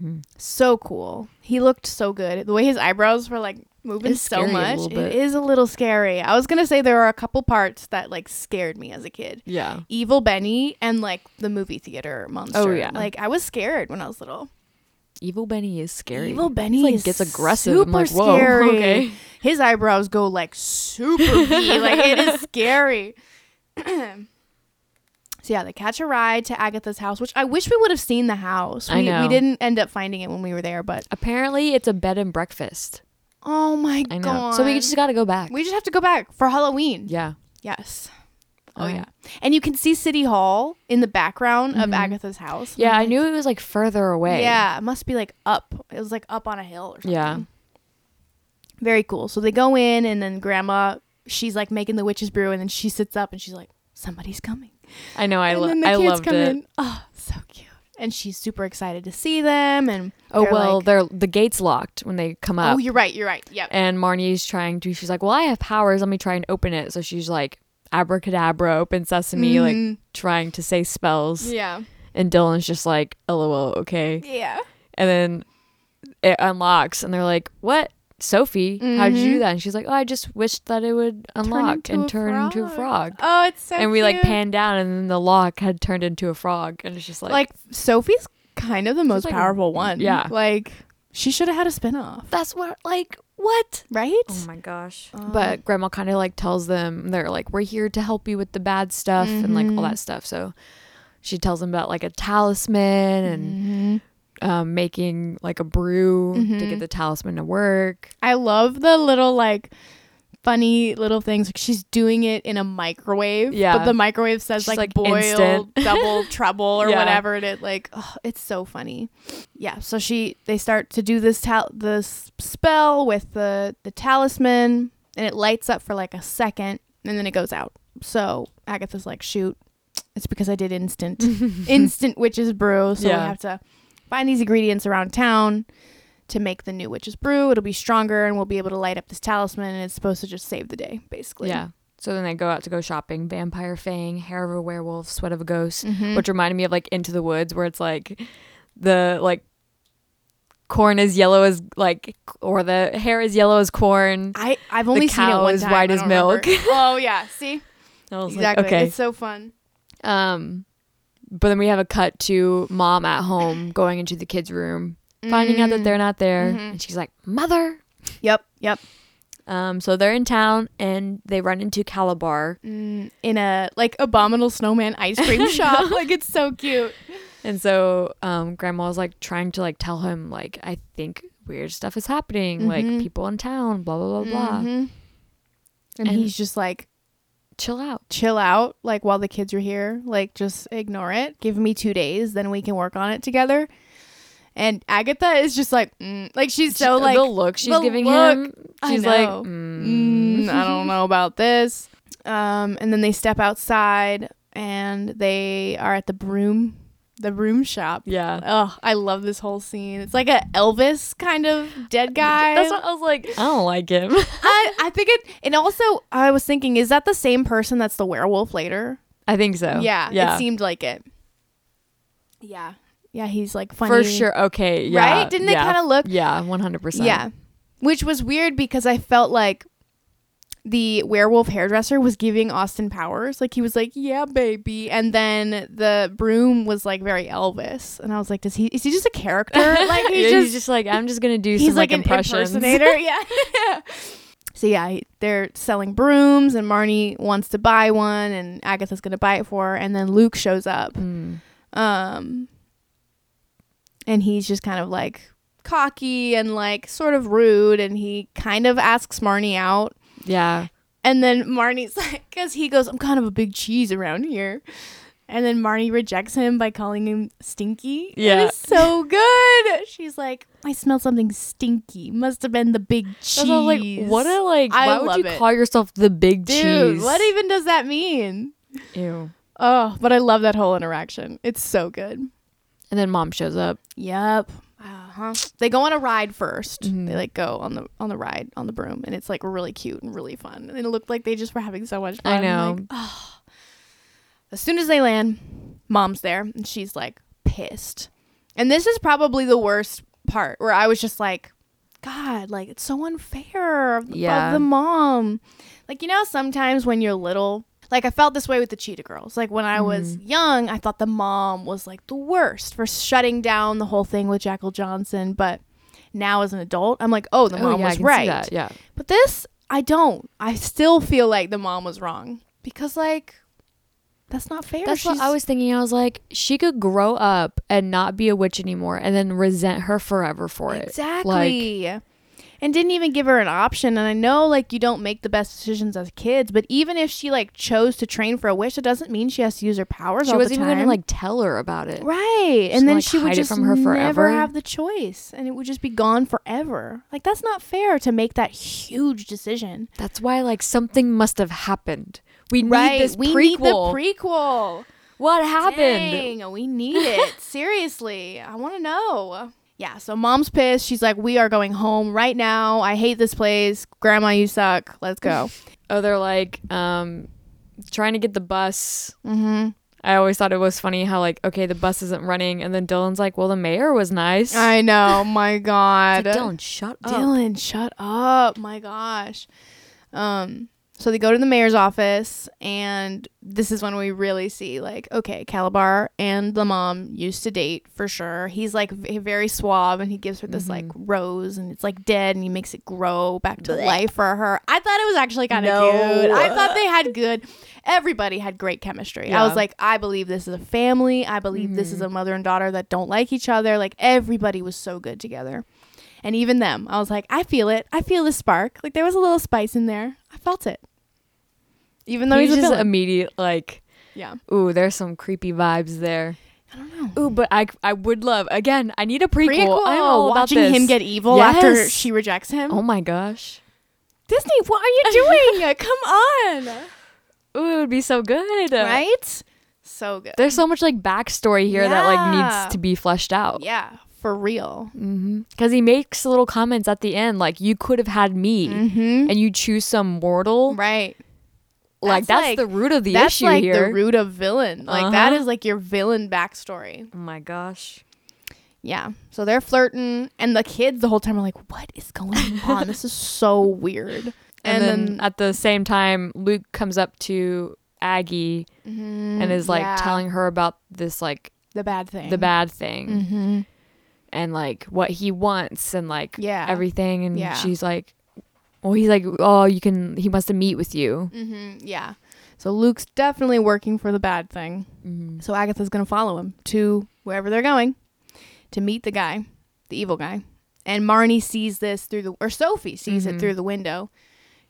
[SPEAKER 2] Hmm.
[SPEAKER 1] So cool. He looked so good. The way his eyebrows were like moving
[SPEAKER 2] It's
[SPEAKER 1] so
[SPEAKER 2] scary a
[SPEAKER 1] much.
[SPEAKER 2] little
[SPEAKER 1] It
[SPEAKER 2] bit.
[SPEAKER 1] is a little scary. I was going to say there are a couple parts that like scared me as a kid.
[SPEAKER 2] Yeah.
[SPEAKER 1] Evil Benny and like the movie theater monster.
[SPEAKER 2] Oh, yeah.
[SPEAKER 1] Like I was scared when I was little.
[SPEAKER 2] Evil Benny is scary.
[SPEAKER 1] Evil Benny
[SPEAKER 2] He's, like
[SPEAKER 1] is
[SPEAKER 2] gets aggressive.
[SPEAKER 1] Super
[SPEAKER 2] I'm like, whoa, [laughs]
[SPEAKER 1] scary.
[SPEAKER 2] okay.
[SPEAKER 1] His eyebrows go like
[SPEAKER 2] [laughs]
[SPEAKER 1] super V. like it is scary. [clears throat] so yeah, they catch a ride to Agatha's house, which I wish we would have seen the house. We,
[SPEAKER 2] I know.
[SPEAKER 1] we didn't end up finding it when we were there, but
[SPEAKER 2] Apparently, it's a bed and breakfast.
[SPEAKER 1] oh my
[SPEAKER 2] I know.
[SPEAKER 1] god!
[SPEAKER 2] So we just got to go back.
[SPEAKER 1] we just have to go back for Halloween.
[SPEAKER 2] yeah.
[SPEAKER 1] Yes. Oh
[SPEAKER 2] All right.
[SPEAKER 1] yeah, and you can see City Hall in the background of
[SPEAKER 2] Mhm.
[SPEAKER 1] Agatha's house.
[SPEAKER 2] Yeah,
[SPEAKER 1] I'm
[SPEAKER 2] I
[SPEAKER 1] like,
[SPEAKER 2] knew it was like further away.
[SPEAKER 1] Yeah, it must be like up. It was like up on a hill or something.
[SPEAKER 2] Yeah.
[SPEAKER 1] Very cool. So they go in, and then grandma, she's like making the witch's brew, and then she sits up and she's like, somebody's coming.
[SPEAKER 2] I know. I,
[SPEAKER 1] and
[SPEAKER 2] lo-
[SPEAKER 1] then the
[SPEAKER 2] I
[SPEAKER 1] kids
[SPEAKER 2] loved
[SPEAKER 1] come
[SPEAKER 2] it.
[SPEAKER 1] in. Oh, so cute. And she's super excited to see them. And
[SPEAKER 2] Oh,
[SPEAKER 1] they're
[SPEAKER 2] well,
[SPEAKER 1] like-
[SPEAKER 2] they're, the gate's locked when they come up.
[SPEAKER 1] oh, you're right. You're right. Yep.
[SPEAKER 2] and Marnie's trying to, she's like, well, I have powers. Let me try and open it. So she's like, abracadabra, open sesame,
[SPEAKER 1] Mhm.
[SPEAKER 2] like trying to say spells.
[SPEAKER 1] yeah.
[SPEAKER 2] And Dylan's just like, lol, okay.
[SPEAKER 1] Yeah.
[SPEAKER 2] And then it unlocks, and they're like, what? Sophie, how did you
[SPEAKER 1] Mhm.
[SPEAKER 2] do that? And she's like, oh, I just wished that it would unlock
[SPEAKER 1] into a
[SPEAKER 2] and turn into a
[SPEAKER 1] frog.
[SPEAKER 2] frog.
[SPEAKER 1] Oh, it's so
[SPEAKER 2] and we like
[SPEAKER 1] cute.
[SPEAKER 2] panned down, and then the lock had turned into a frog. And it's just like,
[SPEAKER 1] Like, Sophie's kind of the most
[SPEAKER 2] like a-
[SPEAKER 1] powerful one.
[SPEAKER 2] yeah.
[SPEAKER 1] Like, she should have had a spinoff,
[SPEAKER 2] that's what, like, what?
[SPEAKER 1] right?
[SPEAKER 3] Oh my gosh.
[SPEAKER 1] but
[SPEAKER 2] but grandma kind of like tells them they're like we're here to help you with the bad stuff and like all that stuff so she tells them about like a talisman and
[SPEAKER 1] Mm-hmm.
[SPEAKER 2] um, making like a brew to
[SPEAKER 1] Mhm.
[SPEAKER 2] get the talisman to work
[SPEAKER 1] I love the little like funny little things. Like she's doing it in a microwave.
[SPEAKER 2] Yeah.
[SPEAKER 1] But the microwave says
[SPEAKER 2] She's,
[SPEAKER 1] like,
[SPEAKER 2] like,
[SPEAKER 1] boil,
[SPEAKER 2] instant.
[SPEAKER 1] [laughs]
[SPEAKER 2] [laughs]
[SPEAKER 1] double, trouble, or
[SPEAKER 2] Yeah.
[SPEAKER 1] whatever. And it like oh, it's so funny. Yeah. So she they start to do this tal this spell with the the talisman, and it lights up for like a second, and then it goes out. So Agatha's like, shoot, it's because I did instant
[SPEAKER 2] [laughs]
[SPEAKER 1] instant witch's brew. So we
[SPEAKER 2] Yeah.
[SPEAKER 1] have to find these ingredients around town to make the new witch's brew. It'll be stronger and we'll be able to light up this talisman and it's supposed to just save the day, basically.
[SPEAKER 2] yeah so then they go out to go shopping vampire fang hair of a werewolf sweat of a ghost
[SPEAKER 1] Mhm.
[SPEAKER 2] which reminded me of like into the woods where it's like the like corn is yellow as like or the hair is yellow as corn
[SPEAKER 1] I, I've only seen it
[SPEAKER 2] cow
[SPEAKER 1] one
[SPEAKER 2] is
[SPEAKER 1] time.
[SPEAKER 2] white
[SPEAKER 1] I
[SPEAKER 2] as
[SPEAKER 1] don't remember.
[SPEAKER 2] milk.
[SPEAKER 1] [laughs] oh yeah. See?
[SPEAKER 2] [laughs] I was like,
[SPEAKER 1] Exactly.
[SPEAKER 2] okay
[SPEAKER 1] It's so fun.
[SPEAKER 2] Um, but then we have a cut to mom at home going into the kids' room, finding out that they're not there,
[SPEAKER 1] Mhm.
[SPEAKER 2] and she's like, "Mother."
[SPEAKER 1] Mm. Yep, yep.
[SPEAKER 2] Um, so they're in town and they run into Calabar,
[SPEAKER 1] Mm, in a like abominable snowman ice
[SPEAKER 2] [laughs]
[SPEAKER 1] cream shop. Like it's so cute.
[SPEAKER 2] and so um, Grandma's like trying to like tell him like, "I think weird stuff is happening,
[SPEAKER 1] Mhm.
[SPEAKER 2] like people in town, blah [laughs] blah blah blah.
[SPEAKER 1] Mhm. And,
[SPEAKER 2] And-
[SPEAKER 1] he's just like,
[SPEAKER 2] Chill out."
[SPEAKER 1] chill out, like while the kids are here. Like just ignore it. Give me two days, then we can work on it together. And Agatha is just like, mm. like she's so
[SPEAKER 2] She-
[SPEAKER 1] like
[SPEAKER 2] the look she's
[SPEAKER 1] the
[SPEAKER 2] giving
[SPEAKER 1] look,
[SPEAKER 2] him,
[SPEAKER 1] I
[SPEAKER 2] she's like,
[SPEAKER 1] know.
[SPEAKER 2] mm.
[SPEAKER 1] mm, I
[SPEAKER 2] [laughs]
[SPEAKER 1] don't know about this. Um, and then they step outside and they are at the broom, the broom shop.
[SPEAKER 2] yeah.
[SPEAKER 1] Oh, I love this whole scene. It's like a Elvis kind of dead guy.
[SPEAKER 2] That's what I was like. I don't like him.
[SPEAKER 1] I, I think it. And also, I was thinking, is that the same person that's the werewolf later?
[SPEAKER 2] [laughs] I think so.
[SPEAKER 1] Yeah,
[SPEAKER 2] Oh, Yeah.
[SPEAKER 1] it seemed like it. Yeah, yeah, he's like funny
[SPEAKER 2] For sure. Okay. Yeah.
[SPEAKER 1] right? Didn't they
[SPEAKER 2] yeah.
[SPEAKER 1] kind of look?
[SPEAKER 2] Yeah, one hundred percent.
[SPEAKER 1] Yeah. Which was weird because I felt like the werewolf hairdresser was giving Austin powers. Like he was like, "Yeah, baby," and then the broom was like very Elvis, and I was like, "Does he? Is he just a character? Like
[SPEAKER 2] He's,
[SPEAKER 1] he's
[SPEAKER 2] just,
[SPEAKER 1] just
[SPEAKER 2] like I'm just gonna do
[SPEAKER 1] he's
[SPEAKER 2] some
[SPEAKER 1] like,
[SPEAKER 2] like,
[SPEAKER 1] an
[SPEAKER 2] impressions.
[SPEAKER 1] [laughs] impersonator. yeah. So yeah, he- they're selling brooms, and Marnie wants to buy one, and Agatha's gonna buy it for her, and then Luke shows up,
[SPEAKER 2] Mm.
[SPEAKER 1] um, and he's just kind of like cocky and like sort of rude, and he kind of asks Marnie out.
[SPEAKER 2] Yeah,
[SPEAKER 1] And then Marnie's [laughs] like, because he goes, I'm kind of a big cheese around here. And then Marnie rejects him by calling him stinky.
[SPEAKER 2] Yeah.
[SPEAKER 1] It is so good. She's like, I smell something stinky. Must have been the big cheese.
[SPEAKER 2] That's all, like what a like.
[SPEAKER 1] I
[SPEAKER 2] why would
[SPEAKER 1] love
[SPEAKER 2] you
[SPEAKER 1] it.
[SPEAKER 2] call yourself the big
[SPEAKER 1] Dude,
[SPEAKER 2] cheese?
[SPEAKER 1] what even does that mean?
[SPEAKER 2] Ew.
[SPEAKER 1] Oh, but I love that whole interaction. It's so good.
[SPEAKER 2] And then mom shows up.
[SPEAKER 1] Yep. Uh-huh. They go on a ride 1st
[SPEAKER 2] Mhm.
[SPEAKER 1] They like go on the on the ride on the broom, and it's like really cute and really fun. And it looked like they just were having so much fun.
[SPEAKER 2] I know.
[SPEAKER 1] Like, As soon as they land, mom's there and she's like pissed. And this is probably the worst part where I was just like, God, like it's so unfair of the,
[SPEAKER 2] Yeah.
[SPEAKER 1] of the mom. Like, you know, sometimes when you're little, like I felt this way with the Cheetah Girls. Like when I was
[SPEAKER 2] Mm-hmm.
[SPEAKER 1] young, I thought the mom was like the worst for shutting down the whole thing with Jackal Johnson. But now as an adult, I'm like, oh, the
[SPEAKER 2] oh,
[SPEAKER 1] mom
[SPEAKER 2] yeah, I
[SPEAKER 1] was
[SPEAKER 2] can see
[SPEAKER 1] right.
[SPEAKER 2] that, Yeah.
[SPEAKER 1] But this, I don't. I still feel like the mom was wrong because, like, that's not fair.
[SPEAKER 2] That's what
[SPEAKER 1] She's-
[SPEAKER 2] I was thinking. I was like, she could grow up and not be a witch anymore, and then resent her forever for it.
[SPEAKER 1] exactly. and didn't even give her an option. And I know, like, you don't make the best decisions as kids, but even if she like chose to train for a wish, it doesn't mean she has to use her powers
[SPEAKER 2] She
[SPEAKER 1] all the
[SPEAKER 2] wasn't
[SPEAKER 1] time.
[SPEAKER 2] even gonna like tell her about it.
[SPEAKER 1] right,
[SPEAKER 2] gonna,
[SPEAKER 1] and then
[SPEAKER 2] like,
[SPEAKER 1] she would
[SPEAKER 2] hide it
[SPEAKER 1] just
[SPEAKER 2] from her
[SPEAKER 1] never
[SPEAKER 2] forever.
[SPEAKER 1] have the choice, and it would just be gone forever. Like, that's not fair to make that huge decision.
[SPEAKER 2] That's why like something must have happened. We need this prequel.
[SPEAKER 1] we need the prequel.
[SPEAKER 2] what happened?
[SPEAKER 1] Dang, we
[SPEAKER 2] [laughs]
[SPEAKER 1] need it. Seriously, I want to know. Yeah, so mom's pissed. She's like, "We are going home right now. I hate this place. Grandma, you suck. Let's
[SPEAKER 2] [laughs]
[SPEAKER 1] go."
[SPEAKER 2] Oh, they're like um trying to get the bus.
[SPEAKER 1] mm-hmm.
[SPEAKER 2] I always thought it was funny how like okay the bus isn't running, and then Dylan's like, well the mayor was nice.
[SPEAKER 1] I Oh. know. My God,
[SPEAKER 2] It's like, Dylan, shut up.
[SPEAKER 1] Dylan, shut up. My gosh. Um. So they go to the mayor's office, and this is when we really see like, okay, Calabar and the mom used to date for sure. He's like v- very suave, and he gives her this like
[SPEAKER 2] Mm-hmm.
[SPEAKER 1] rose, and it's like dead, and he makes it grow back to life for her. I thought it was actually kind of cute. I thought
[SPEAKER 2] [laughs]
[SPEAKER 1] they had good. Everybody had great chemistry. I
[SPEAKER 2] Yeah.
[SPEAKER 1] was
[SPEAKER 2] Mm-hmm.
[SPEAKER 1] like, I believe this is a family. I believe this is a mother and daughter that don't like each other. Like everybody was so good together and even them i was like i feel it i feel the spark like there was a little spice in there i felt it even though
[SPEAKER 2] He's
[SPEAKER 1] he's, a
[SPEAKER 2] just
[SPEAKER 1] villain.
[SPEAKER 2] immediate like
[SPEAKER 1] yeah
[SPEAKER 2] ooh there's some creepy vibes there.
[SPEAKER 1] i don't know
[SPEAKER 2] Ooh, but I I would love again. I need a prequel. I'm all Oh, about
[SPEAKER 1] watching
[SPEAKER 2] this.
[SPEAKER 1] him get evil
[SPEAKER 2] Yes.
[SPEAKER 1] after she rejects him
[SPEAKER 2] Oh my gosh.
[SPEAKER 1] disney what
[SPEAKER 2] [laughs]
[SPEAKER 1] are you doing come on
[SPEAKER 2] Ooh, it would be so good.
[SPEAKER 1] right so good
[SPEAKER 2] There's so much like backstory here that like
[SPEAKER 1] Yeah.
[SPEAKER 2] needs to be fleshed out.
[SPEAKER 1] yeah for real
[SPEAKER 2] Because he makes little comments at the end like, "You could have had me, Mm-hmm. and you choose some mortal."
[SPEAKER 1] Mm-hmm. right
[SPEAKER 2] Like that's, the root of the
[SPEAKER 1] that's
[SPEAKER 2] issue
[SPEAKER 1] like
[SPEAKER 2] here.
[SPEAKER 1] the root of villain like that
[SPEAKER 2] Uh-huh.
[SPEAKER 1] is like your villain backstory
[SPEAKER 2] Oh my gosh.
[SPEAKER 1] Yeah. So they're flirting, and the kids the whole time are like, "What is [laughs] going on? this is so weird."
[SPEAKER 2] And, then, at the same time, Luke comes up to Aggie and is like
[SPEAKER 1] Mm-hmm. Mm, yeah.
[SPEAKER 2] telling her about this like
[SPEAKER 1] the bad thing. Mm-hmm.
[SPEAKER 2] the bad thing and like what he wants and like
[SPEAKER 1] Yeah.
[SPEAKER 2] everything and
[SPEAKER 1] Yeah.
[SPEAKER 2] she's like well he's like oh you can he wants to meet with you
[SPEAKER 1] hmm Yeah. So Luke's definitely working for the bad thing. So Agatha's gonna follow him to wherever they're going to meet the guy, the evil guy. And Marnie sees this through the or Sophie sees
[SPEAKER 2] Mm-hmm.
[SPEAKER 1] it through the window.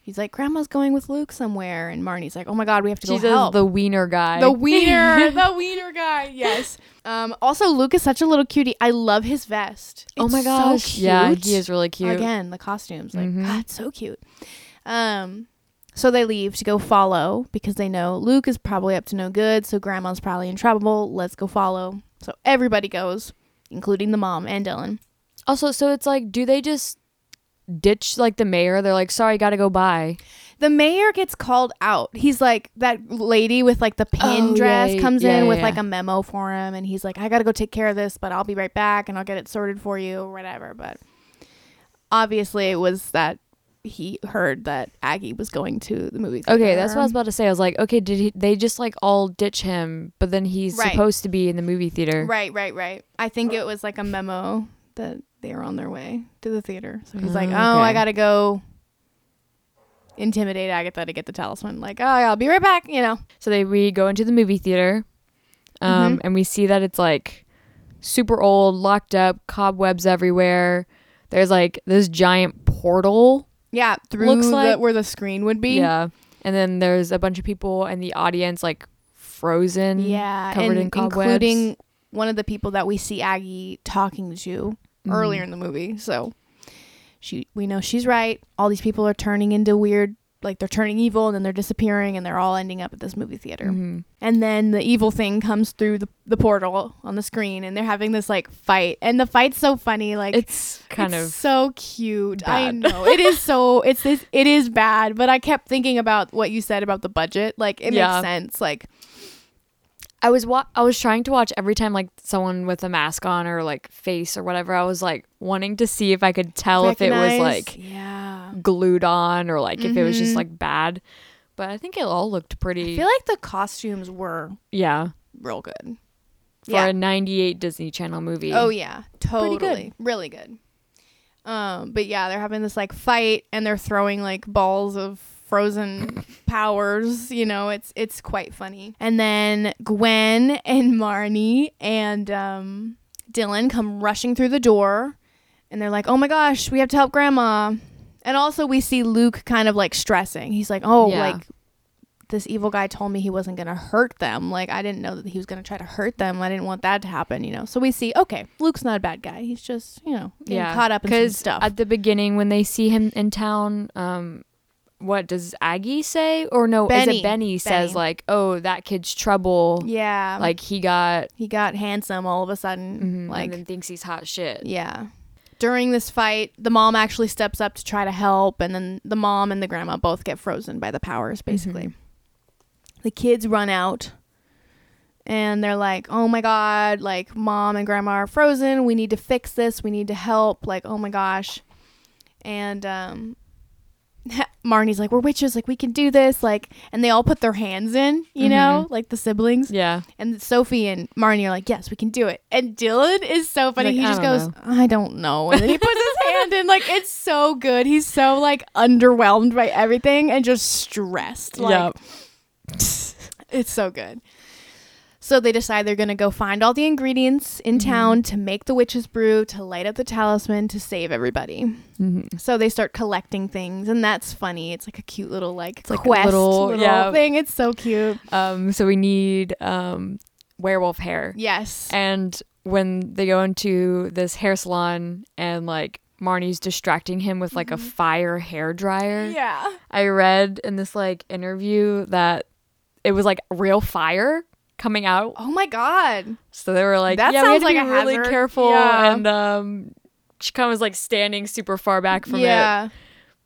[SPEAKER 1] He's like, "Grandma's going with Luke somewhere," and Marnie's like, "Oh my God, we have to
[SPEAKER 2] she
[SPEAKER 1] go
[SPEAKER 2] says
[SPEAKER 1] help."
[SPEAKER 2] the wiener guy
[SPEAKER 1] The
[SPEAKER 2] [laughs]
[SPEAKER 1] wiener, the wiener guy. Yes. Um, also, Luke is such a little cutie. I love his vest.
[SPEAKER 2] oh
[SPEAKER 1] It's
[SPEAKER 2] my
[SPEAKER 1] so
[SPEAKER 2] gosh yeah
[SPEAKER 1] cute.
[SPEAKER 2] he is really cute Mm-hmm.
[SPEAKER 1] Again, the costumes, like God, so cute. Um, so they leave to go follow because they know Luke is probably up to no good. So Grandma's probably in trouble. Let's go follow. So everybody goes, including the mom and Dylan.
[SPEAKER 2] also so it's like do they just ditch like the mayor they're like sorry gotta go by
[SPEAKER 1] The mayor gets called out. He's like that lady with like the pin
[SPEAKER 2] Oh, yeah,
[SPEAKER 1] dress
[SPEAKER 2] yeah,
[SPEAKER 1] comes
[SPEAKER 2] yeah,
[SPEAKER 1] in
[SPEAKER 2] yeah,
[SPEAKER 1] with
[SPEAKER 2] yeah.
[SPEAKER 1] like a memo for him, and he's like, "I gotta go take care of this, but I'll be right back, and I'll get it sorted for you, or whatever." But obviously, it was that he heard that Aggie was going to the movie.
[SPEAKER 2] Okay, that's what I was
[SPEAKER 1] theater.
[SPEAKER 2] about to say. I was like, okay, did he, they just like all ditch him? But then he's
[SPEAKER 1] Right.
[SPEAKER 2] supposed to be in the movie theater.
[SPEAKER 1] Right, right, right. I think it was like a memo that they were on their way to the theater. So he's like,
[SPEAKER 2] Oh,
[SPEAKER 1] "Oh, I
[SPEAKER 2] okay.
[SPEAKER 1] gotta go." Intimidate Agatha to get the talisman. Like, oh, I'll be right back. You know,
[SPEAKER 2] So they we go into the movie theater, um,
[SPEAKER 1] Mhm.
[SPEAKER 2] and we see that it's like super old, locked up, cobwebs everywhere. There's like this giant portal.
[SPEAKER 1] yeah, through
[SPEAKER 2] Looks
[SPEAKER 1] the-
[SPEAKER 2] like-
[SPEAKER 1] where the screen would be.
[SPEAKER 2] Yeah, and then there's a bunch of people in the audience like frozen.
[SPEAKER 1] yeah,
[SPEAKER 2] covered
[SPEAKER 1] and
[SPEAKER 2] in cobwebs.
[SPEAKER 1] including one of the people that we see Aggie talking to
[SPEAKER 2] Mm-hmm.
[SPEAKER 1] earlier in the movie. So she, we know she's right. All these people are turning into weird, like they're turning evil, and then they're disappearing, and they're all ending up at this movie theater.
[SPEAKER 2] hmm
[SPEAKER 1] And then the evil thing comes through the, the portal on the screen, and they're having this like fight, and the fight's so funny, like.
[SPEAKER 2] It's kind
[SPEAKER 1] it's
[SPEAKER 2] of
[SPEAKER 1] so cute. I
[SPEAKER 2] bad.
[SPEAKER 1] know it is
[SPEAKER 2] [laughs]
[SPEAKER 1] so. It's this. It is bad, but I kept thinking about what you said about the budget. Like it
[SPEAKER 2] Yeah.
[SPEAKER 1] makes sense. Like
[SPEAKER 2] I was wa- I was trying to watch every time like someone with a mask on or like face or whatever. I was like wanting to see if I could tell if it was
[SPEAKER 1] recognize-
[SPEAKER 2] like
[SPEAKER 1] yeah.
[SPEAKER 2] glued on or like if it was just
[SPEAKER 1] Mhm.
[SPEAKER 2] like bad. But I think it all looked
[SPEAKER 1] I
[SPEAKER 2] pretty.
[SPEAKER 1] feel like the costumes were
[SPEAKER 2] yeah,
[SPEAKER 1] real good.
[SPEAKER 2] for
[SPEAKER 1] Yeah.
[SPEAKER 2] a '98 Disney Channel movie.
[SPEAKER 1] Oh yeah, totally,
[SPEAKER 2] good.
[SPEAKER 1] really good. Um, but yeah, they're having this like fight, and they're throwing like balls of
[SPEAKER 2] [laughs]
[SPEAKER 1] frozen powers. You know, it's it's quite funny. And then Gwen and Marnie and um, Dylan come rushing through the door, and they're like, "Oh my gosh, we have to help Grandma." And also, we see Luke kind of like stressing. He's like, "Oh,
[SPEAKER 2] Yeah.
[SPEAKER 1] like." This evil guy told me he wasn't going to hurt them. Like, I didn't know that he was going to try to hurt them. I didn't want that to happen, you know? So we see, okay, Luke's not a bad guy. He's just, you know, getting
[SPEAKER 2] yeah,
[SPEAKER 1] caught up in some
[SPEAKER 2] 'Cause
[SPEAKER 1] stuff.
[SPEAKER 2] At the beginning, when they see him in town, um, what does Aggie say? Or no, is
[SPEAKER 1] Benny.
[SPEAKER 2] it Benny says
[SPEAKER 1] Benny.
[SPEAKER 2] like, "Oh, that kid's trouble."
[SPEAKER 1] yeah.
[SPEAKER 2] Like he got
[SPEAKER 1] he got handsome all of a sudden.
[SPEAKER 2] like
[SPEAKER 1] Mm-hmm. Like,
[SPEAKER 2] and then thinks he's hot shit.
[SPEAKER 1] yeah. During this fight, the mom actually steps up to try to help, and then the mom and the grandma both get frozen by the powers, basically. The kids run out and they're like, oh my God, like, mom and grandma are frozen. We need to fix this. We need to help. Like, oh my gosh. And, um, [laughs] Marnie's like, we're witches. Like, we can do this. Like, and they all put their hands in, you know, like the siblings.
[SPEAKER 2] Yeah.
[SPEAKER 1] And Sophie and Marnie are like, yes, we can do it. And Dylan is so funny.
[SPEAKER 2] Like,
[SPEAKER 1] he
[SPEAKER 2] "I
[SPEAKER 1] just
[SPEAKER 2] don't
[SPEAKER 1] goes, I don't know. And then he puts
[SPEAKER 2] [laughs]
[SPEAKER 1] his hand in. Like, it's so good. He's so, like, underwhelmed by everything and just stressed. Like,
[SPEAKER 2] Yep.
[SPEAKER 1] it's so good. So they decide they're going to go find all the ingredients in
[SPEAKER 2] Mm-hmm.
[SPEAKER 1] town to make the witch's brew, to light up the talisman, to save everybody.
[SPEAKER 2] Mm-hmm.
[SPEAKER 1] So they start collecting things, and that's funny. It's like a cute little, like,
[SPEAKER 2] like a
[SPEAKER 1] quest
[SPEAKER 2] little-
[SPEAKER 1] little,
[SPEAKER 2] yeah.
[SPEAKER 1] thing. It's so cute.
[SPEAKER 2] Um, so we need um, werewolf hair.
[SPEAKER 1] Yes.
[SPEAKER 2] And when they go into this hair salon and like Marnie's distracting him with like a
[SPEAKER 1] Mm-hmm.
[SPEAKER 2] fire hair dryer.
[SPEAKER 1] yeah.
[SPEAKER 2] I read in this like interview that it was like real fire coming out.
[SPEAKER 1] Oh my god.
[SPEAKER 2] So they were like,
[SPEAKER 1] That
[SPEAKER 2] yeah, we
[SPEAKER 1] sounds
[SPEAKER 2] had to
[SPEAKER 1] like
[SPEAKER 2] be
[SPEAKER 1] a
[SPEAKER 2] really
[SPEAKER 1] hazard.
[SPEAKER 2] careful.
[SPEAKER 1] Yeah.
[SPEAKER 2] And um, she kind of was like standing super far back from it.
[SPEAKER 1] yeah.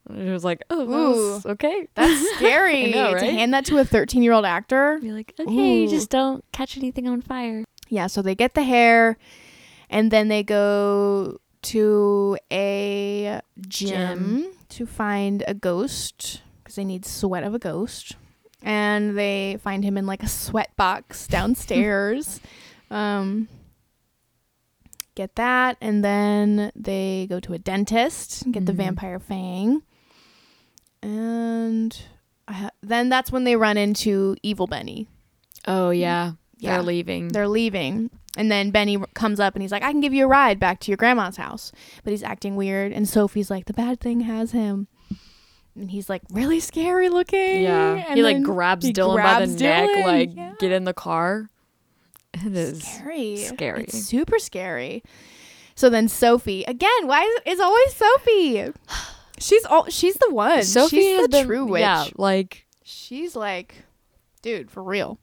[SPEAKER 2] And it was like, oh, that was- okay.
[SPEAKER 1] That's
[SPEAKER 2] [laughs]
[SPEAKER 1] scary.
[SPEAKER 2] I know,
[SPEAKER 1] To
[SPEAKER 2] right?
[SPEAKER 1] hand that to a 13 year old actor.
[SPEAKER 2] Be like,
[SPEAKER 1] okay, just
[SPEAKER 2] don't catch anything on fire.
[SPEAKER 1] Yeah, so they get the hair and then they go to a gym, to find a ghost because they need sweat of a ghost. And they find him in like a sweat box downstairs. um, get that. And then they go to a dentist and get the
[SPEAKER 2] Mhm.
[SPEAKER 1] vampire fang. And I ha- then that's when they run into Evil Benny.
[SPEAKER 2] Oh, yeah.
[SPEAKER 1] Yeah.
[SPEAKER 2] They're leaving.
[SPEAKER 1] They're leaving. And then Benny r- comes up and he's like, I can give you a ride back to your grandma's house. But he's acting weird. And Sophie's like, the bad thing has him. And he's like, really scary looking.
[SPEAKER 2] Yeah.
[SPEAKER 1] And
[SPEAKER 2] he like
[SPEAKER 1] then
[SPEAKER 2] grabs
[SPEAKER 1] he
[SPEAKER 2] Dylan by
[SPEAKER 1] grabs
[SPEAKER 2] the neck,
[SPEAKER 1] Dylan.
[SPEAKER 2] like
[SPEAKER 1] Yeah.
[SPEAKER 2] get in the car. It is.
[SPEAKER 1] scary.
[SPEAKER 2] scary.
[SPEAKER 1] It's super scary. So then Sophie, again, why is it's always Sophie? [sighs] She's all she's the one. she's
[SPEAKER 2] has
[SPEAKER 1] the
[SPEAKER 2] been-
[SPEAKER 1] true witch.
[SPEAKER 2] Yeah, like
[SPEAKER 1] She's like, dude, for real.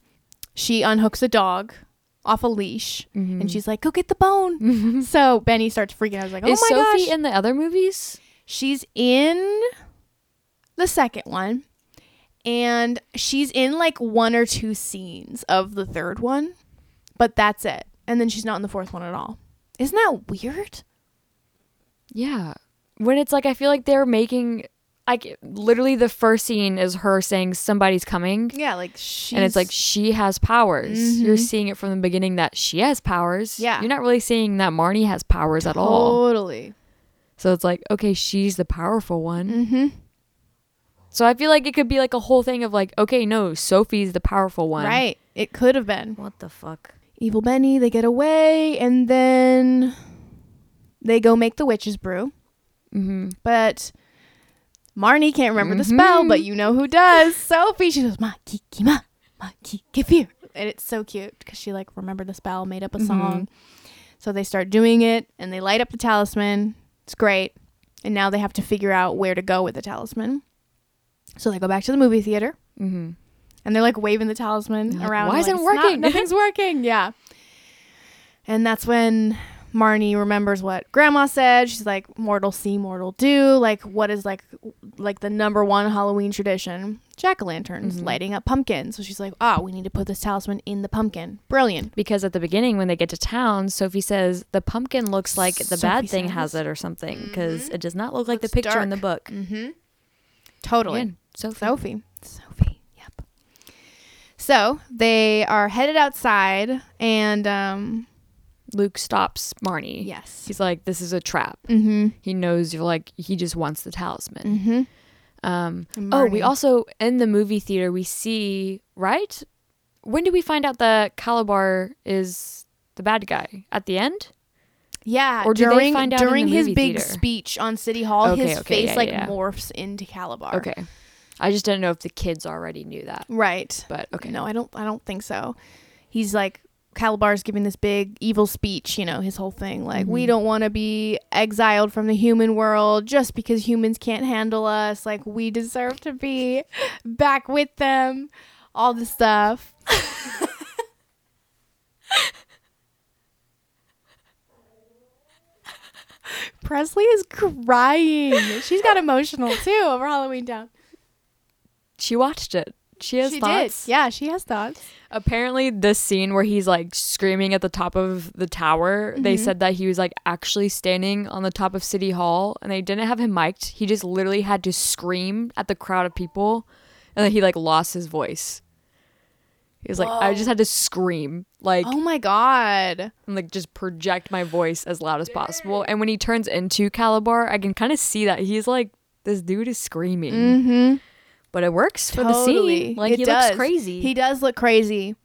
[SPEAKER 1] She unhooks a dog off a leash and she's like, go get the bone. [laughs]
[SPEAKER 2] Is
[SPEAKER 1] So Benny starts freaking out. He's like, "Oh my
[SPEAKER 2] Sophie
[SPEAKER 1] gosh!"
[SPEAKER 2] in the other movies?
[SPEAKER 1] she's in the second one, and she's in like one or two scenes of the third one, but that's it. And then she's not in the fourth one at all. Isn't that weird?
[SPEAKER 2] Yeah. When it's like I feel like they're making like literally the first scene is her saying somebody's coming
[SPEAKER 1] Yeah, like she
[SPEAKER 2] and it's like she has powers. You're seeing it from the beginning that she has powers.
[SPEAKER 1] Mm-hmm. Yeah.
[SPEAKER 2] You're not really seeing that Marnie has powers at all.
[SPEAKER 1] totally.
[SPEAKER 2] So it's like, okay, she's the powerful one.
[SPEAKER 1] Mm-hmm.
[SPEAKER 2] So I feel like it could be like a whole thing of like, okay, no, Sophie's the powerful one.
[SPEAKER 1] Right. It could have been
[SPEAKER 3] What the fuck?
[SPEAKER 1] evil Benny. They get away, and then they go make the witch's brew.
[SPEAKER 2] hmm
[SPEAKER 1] But Marnie can't remember the spell, but you know who does. Sophie. She goes ma kiki ma ma kiki fear, and it's so cute because she like remembered the spell, made up a song. So they start doing it, and they light up the talisman. It's great, and now they have to figure out where to go with the talisman. So they go back to the movie theater.
[SPEAKER 2] hmm
[SPEAKER 1] and they're like waving the talisman
[SPEAKER 2] Like,
[SPEAKER 1] around.
[SPEAKER 2] "Why
[SPEAKER 1] and,
[SPEAKER 2] isn't
[SPEAKER 1] like,
[SPEAKER 2] it
[SPEAKER 1] "It's
[SPEAKER 2] working?"
[SPEAKER 1] Not,
[SPEAKER 2] [laughs]
[SPEAKER 1] nothing's working. Yeah. And that's when Marnie remembers what Grandma said. She's like, "Mortal see, mortal do." Like, what is like, like the number one Halloween tradition? Jack o' lanterns,
[SPEAKER 2] Mm-hmm.
[SPEAKER 1] lighting up pumpkins. So she's like, "Ah, we need to put this talisman in the pumpkin." Brilliant.
[SPEAKER 2] Because at the beginning, when they get to town, Sophie says the pumpkin looks like the
[SPEAKER 1] Sophie
[SPEAKER 2] bad thing
[SPEAKER 1] says. Mm-hmm.
[SPEAKER 2] has it or something because it does not look like
[SPEAKER 1] Looks
[SPEAKER 2] the picture in the book.
[SPEAKER 1] Mm-hmm. Totally.
[SPEAKER 2] Again, Sophie.
[SPEAKER 1] Sophie. Sophie. Yep. So they are headed outside, and um,
[SPEAKER 2] Luke stops Marnie.
[SPEAKER 1] yes.
[SPEAKER 2] He's like, this is a trap.
[SPEAKER 1] Mm-hmm.
[SPEAKER 2] He knows you're like, he just wants the talisman.
[SPEAKER 1] Mm-hmm.
[SPEAKER 2] Um,
[SPEAKER 1] And
[SPEAKER 2] oh, we
[SPEAKER 1] Marnie.
[SPEAKER 2] also in the movie theater we see right. When do we find out that Calabar is the bad guy at the end?
[SPEAKER 1] Yeah,
[SPEAKER 2] Or do they
[SPEAKER 1] during
[SPEAKER 2] find out in
[SPEAKER 1] during
[SPEAKER 2] the
[SPEAKER 1] his
[SPEAKER 2] movie
[SPEAKER 1] big
[SPEAKER 2] theater?
[SPEAKER 1] speech on City Hall,
[SPEAKER 2] Okay,
[SPEAKER 1] his
[SPEAKER 2] okay,
[SPEAKER 1] face
[SPEAKER 2] yeah,
[SPEAKER 1] like
[SPEAKER 2] yeah, yeah.
[SPEAKER 1] morphs into Calabar.
[SPEAKER 2] Okay, I just didn't know if the kids already knew that,
[SPEAKER 1] right.
[SPEAKER 2] but okay.
[SPEAKER 1] No, I don't. I don't think so. He's like Calabar's giving this big evil speech. You know, his whole thing like we don't want to be exiled from the human world just because humans can't handle us. Like we deserve to be back with them. All this stuff. [laughs] Presley is crying. She's got emotional too over Halloween Town.
[SPEAKER 2] She watched it. She has
[SPEAKER 1] she
[SPEAKER 2] thoughts.
[SPEAKER 1] did. Yeah, she has thoughts.
[SPEAKER 2] Apparently, this scene where he's like screaming at the top of the tower,
[SPEAKER 1] Mm-hmm.
[SPEAKER 2] they said that he was like actually standing on the top of City Hall, and they didn't have him mic'd. He just literally had to scream at the crowd of people, and then he like lost his voice. He was like, I just had to scream, like,
[SPEAKER 1] Oh my god.
[SPEAKER 2] and, like just project my voice as loud as possible. And when he turns into Calabar, I can kind of see that he's like, this dude is screaming,
[SPEAKER 1] Mm-hmm.
[SPEAKER 2] but it works for the
[SPEAKER 1] Totally.
[SPEAKER 2] scene. Like
[SPEAKER 1] It
[SPEAKER 2] he
[SPEAKER 1] does.
[SPEAKER 2] looks crazy.
[SPEAKER 1] He does look crazy.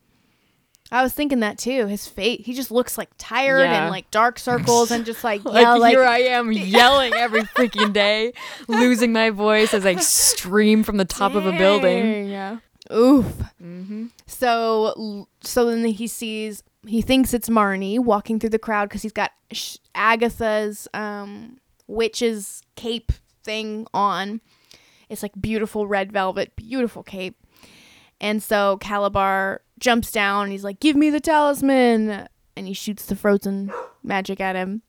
[SPEAKER 1] I was thinking that too. His fate. He just looks like tired
[SPEAKER 2] Yeah.
[SPEAKER 1] and like dark circles and just like
[SPEAKER 2] [laughs] Like,
[SPEAKER 1] yeah, like
[SPEAKER 2] here I
[SPEAKER 1] [laughs]
[SPEAKER 2] am yelling every freaking day, losing my voice as I scream from the top of a building. Mm-hmm.
[SPEAKER 1] Yeah. Oof. So l- so then he sees he thinks it's Marnie walking through the crowd because he's got Sh- Agatha's um witch's cape thing on. It's like beautiful red velvet, beautiful cape. And so Calabar jumps down. And he's like, "Give me the talisman!" And he shoots the frozen magic at him.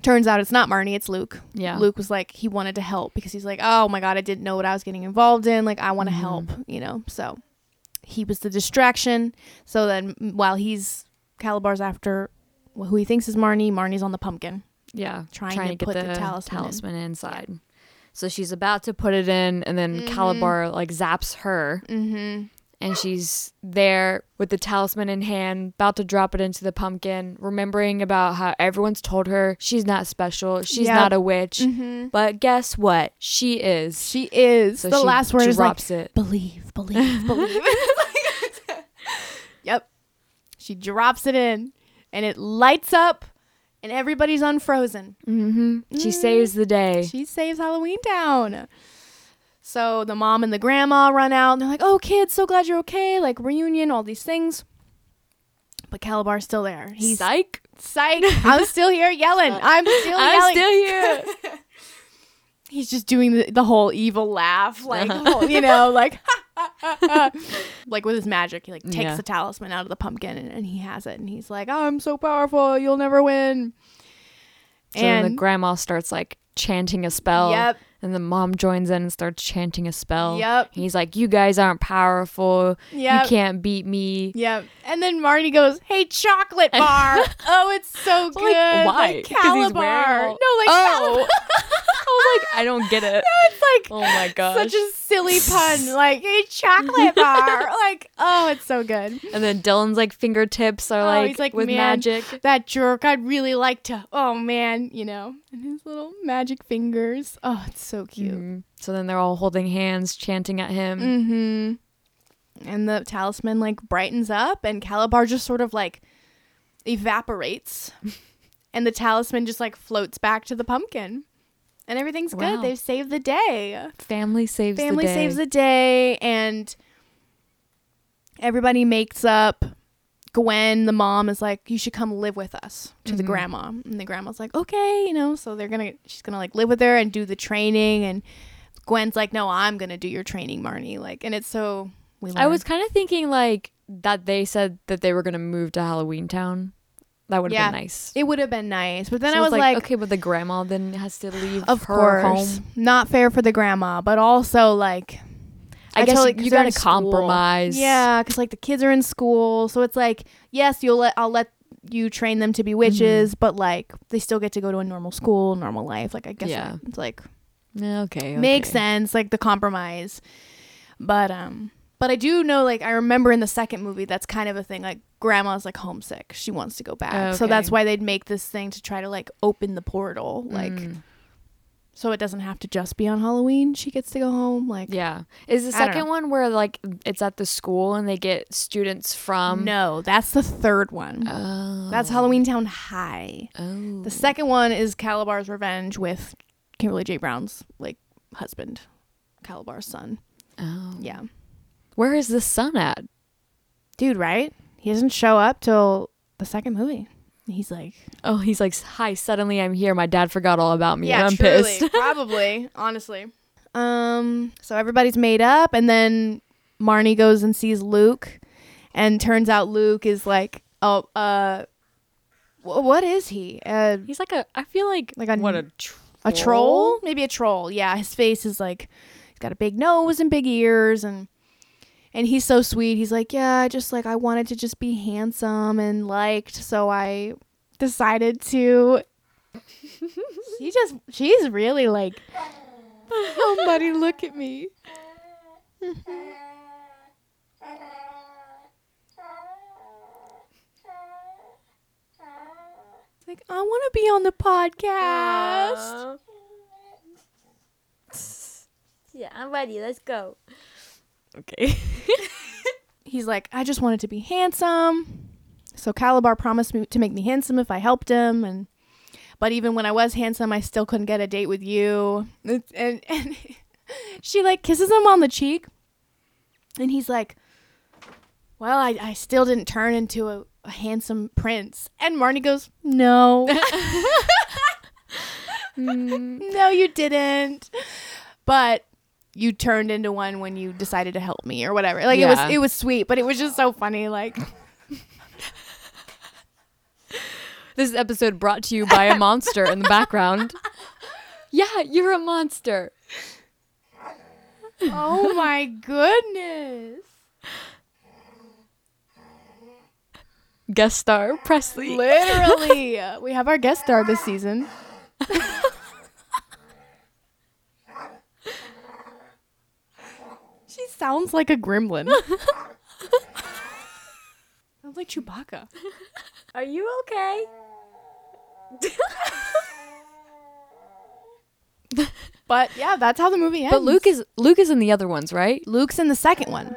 [SPEAKER 1] Turns out it's not Marnie, it's Luke.
[SPEAKER 2] Yeah.
[SPEAKER 1] Luke was like he wanted to help because he's like, "Oh my god, I didn't know what I was getting involved in. Like I
[SPEAKER 2] Mm-hmm.
[SPEAKER 1] want to help," you know. So he was the distraction. So then m- while he's Calabar's after wh- who he thinks is Marnie, Marnie's on the pumpkin.
[SPEAKER 2] Yeah,
[SPEAKER 1] Trying to put the talisman in.
[SPEAKER 2] inside. So she's about to put it in, and then Calabar like zaps her,
[SPEAKER 1] Mm-hmm.
[SPEAKER 2] and she's there with the talisman in hand, about to drop it into the pumpkin, remembering about how everyone's told her she's not special, she's
[SPEAKER 1] Yep.
[SPEAKER 2] not a witch.
[SPEAKER 1] Mm-hmm.
[SPEAKER 2] But guess what? She is.
[SPEAKER 1] She is.
[SPEAKER 2] So
[SPEAKER 1] the
[SPEAKER 2] she
[SPEAKER 1] last word is like,
[SPEAKER 2] drops it.
[SPEAKER 1] believe,
[SPEAKER 2] [laughs]
[SPEAKER 1] believe, believe. [laughs] yep. She drops it in and it lights up and everybody's unfrozen.
[SPEAKER 2] Mm-hmm. She saves the day.
[SPEAKER 1] She saves Halloween Town. So the mom and the grandma run out and they're like, oh, kids, so glad you're okay. Like reunion, all these things. But Calabar's still there. He's
[SPEAKER 2] psych.
[SPEAKER 1] psych. I'm still
[SPEAKER 2] [laughs]
[SPEAKER 1] here yelling. I'm still
[SPEAKER 2] I'm
[SPEAKER 1] yelling.
[SPEAKER 2] still [laughs] here.
[SPEAKER 1] he's just doing the, the whole evil
[SPEAKER 2] [laughs]
[SPEAKER 1] laugh, like [laughs] whole- you know, like [laughs] like with his magic, he like takes
[SPEAKER 2] Yeah.
[SPEAKER 1] the talisman out of the pumpkin and, and he has it, and he's like, oh, "I'm so powerful, you'll never win."
[SPEAKER 2] So then the
[SPEAKER 1] and
[SPEAKER 2] grandma starts like chanting a spell.
[SPEAKER 1] Yep.
[SPEAKER 2] And the mom joins in and starts chanting a spell.
[SPEAKER 1] Yep.
[SPEAKER 2] He's like, You guys aren't powerful.
[SPEAKER 1] Yep.
[SPEAKER 2] You can't beat me.
[SPEAKER 1] yeah, and then Marty goes, "Hey,
[SPEAKER 2] [laughs]
[SPEAKER 1] chocolate bar! oh, it's so good!
[SPEAKER 2] why?
[SPEAKER 1] Like
[SPEAKER 2] 'Cause he's wearing
[SPEAKER 1] Calabar?
[SPEAKER 2] all-
[SPEAKER 1] No, like
[SPEAKER 2] [laughs] Oh.
[SPEAKER 1] Calabar. [laughs]
[SPEAKER 2] I was like, I don't get it.
[SPEAKER 1] it's like
[SPEAKER 2] Oh my gosh.
[SPEAKER 1] such a silly
[SPEAKER 2] [laughs]
[SPEAKER 1] pun, like a chocolate bar. like, oh, it's so good.
[SPEAKER 2] and then Dylan's like fingertips are
[SPEAKER 1] Oh,
[SPEAKER 2] like,
[SPEAKER 1] he's like,
[SPEAKER 2] with
[SPEAKER 1] "Man."
[SPEAKER 2] magic.
[SPEAKER 1] That jerk, I'd really like to. Oh man, you know, and his little magic fingers. Oh, it's so cute.
[SPEAKER 2] Mhm. So then they're all holding hands, chanting at him.
[SPEAKER 1] Mm-hmm. And the talisman like brightens up, and Calabar just sort of like evaporates, and the talisman just like floats back to the pumpkin, and everything's
[SPEAKER 2] Wow.
[SPEAKER 1] good. They've saved the day.
[SPEAKER 2] Family saves
[SPEAKER 1] Family
[SPEAKER 2] the day.
[SPEAKER 1] saves the day, and everybody makes up. Gwen, the mom, is like, "You should come live with us." To the
[SPEAKER 2] Mhm.
[SPEAKER 1] grandma, and the grandma's like, "Okay," you know. So they're gonna, she's gonna like live with her and do the training, and Gwen's like, "No, I'm gonna do your training, Marnie." Like, and it's so we.
[SPEAKER 2] I was
[SPEAKER 1] learn.
[SPEAKER 2] kind of thinking like that they said that they were gonna move to Halloween Town. That would have
[SPEAKER 1] Yeah.
[SPEAKER 2] been nice.
[SPEAKER 1] It would have been nice, but then
[SPEAKER 2] So
[SPEAKER 1] I was like,
[SPEAKER 2] okay, but the grandma then has to leave
[SPEAKER 1] "Of
[SPEAKER 2] her
[SPEAKER 1] course,
[SPEAKER 2] home.
[SPEAKER 1] not fair for the grandma, but also like."
[SPEAKER 2] I,
[SPEAKER 1] I
[SPEAKER 2] guess
[SPEAKER 1] totally-
[SPEAKER 2] you,
[SPEAKER 1] 'cause
[SPEAKER 2] you
[SPEAKER 1] they're in
[SPEAKER 2] gotta
[SPEAKER 1] school.
[SPEAKER 2] compromise.
[SPEAKER 1] Yeah, because like the kids are in school, so it's like yes, you'll let I'll let you train them to be witches,
[SPEAKER 2] Mm-hmm.
[SPEAKER 1] but like they still get to go to a normal school, normal life. Like I guess
[SPEAKER 2] Yeah.
[SPEAKER 1] that- it's like
[SPEAKER 2] Yeah, Okay.
[SPEAKER 1] makes
[SPEAKER 2] okay.
[SPEAKER 1] sense, like the compromise. But um, but I do know like I remember in the second movie that's kind of a thing. Like grandma's like homesick, she wants to go back, so
[SPEAKER 2] Okay.
[SPEAKER 1] that's why they'd make this thing to try to like open the portal, like
[SPEAKER 2] Mm.
[SPEAKER 1] so it doesn't have to just be on Halloween. She gets to go home, like
[SPEAKER 2] Yeah. Is the
[SPEAKER 1] I don't know.
[SPEAKER 2] second one where like it's at the school and they get students from?
[SPEAKER 1] no, that's the third one.
[SPEAKER 2] um, Oh.
[SPEAKER 1] That's Halloween Town High.
[SPEAKER 2] Oh.
[SPEAKER 1] The second one is Calabar's Revenge with Kimberly J. Brown's like husband, Calabar's son.
[SPEAKER 2] oh.
[SPEAKER 1] Yeah,
[SPEAKER 2] Where is the sun at?
[SPEAKER 1] dude, right? He doesn't show up till the second movie. He's like,
[SPEAKER 2] Oh, he's like, hi. Suddenly, I'm here. My dad forgot all about me. and I'm pissed. [laughs]
[SPEAKER 1] probably, honestly. Um, so everybody's made up, and then Marnie goes and sees Luke, and turns out Luke is like, oh, uh, wh- what is he? Uh,
[SPEAKER 2] He's like a. I feel like
[SPEAKER 1] Like a-
[SPEAKER 2] what a tr- [laughs]
[SPEAKER 1] A troll? Maybe a troll. Yeah, his face is like he's got a big nose and big ears and and he's so sweet. He's like, "Yeah, I just like I wanted to just be handsome and liked, so I decided to She just she's really like somebody look at [laughs] me. It's like, "I want to be on the podcast."
[SPEAKER 3] [laughs] Yeah, I'm ready. Let's go.
[SPEAKER 2] Okay.
[SPEAKER 1] he's like, I just wanted to be handsome. So Calabar promised me to make me handsome if I helped him, and but even when I was handsome, I still couldn't get a date with you. And and, [laughs] and she like kisses him on the cheek, and he's like, Well, I, I still didn't turn into a, a handsome prince. And Marnie goes, No, no, you didn't. But you turned into one when you decided to help me or whatever. Like it
[SPEAKER 2] Yeah.
[SPEAKER 1] was it was sweet, but it was just so funny. Like
[SPEAKER 2] This episode brought to you by
[SPEAKER 1] [laughs]
[SPEAKER 2] a monster in the background. Yeah, you're a monster.
[SPEAKER 1] Oh my goodness.
[SPEAKER 2] Guest star Presley.
[SPEAKER 1] Literally. we have our guest star this season. she sounds like a gremlin. [laughs] sounds like Chewbacca.
[SPEAKER 3] Are you okay? [laughs]
[SPEAKER 1] But yeah, that's how the movie ends.
[SPEAKER 2] But Luke is Luke is in the other ones, right?
[SPEAKER 1] Luke's in the second one.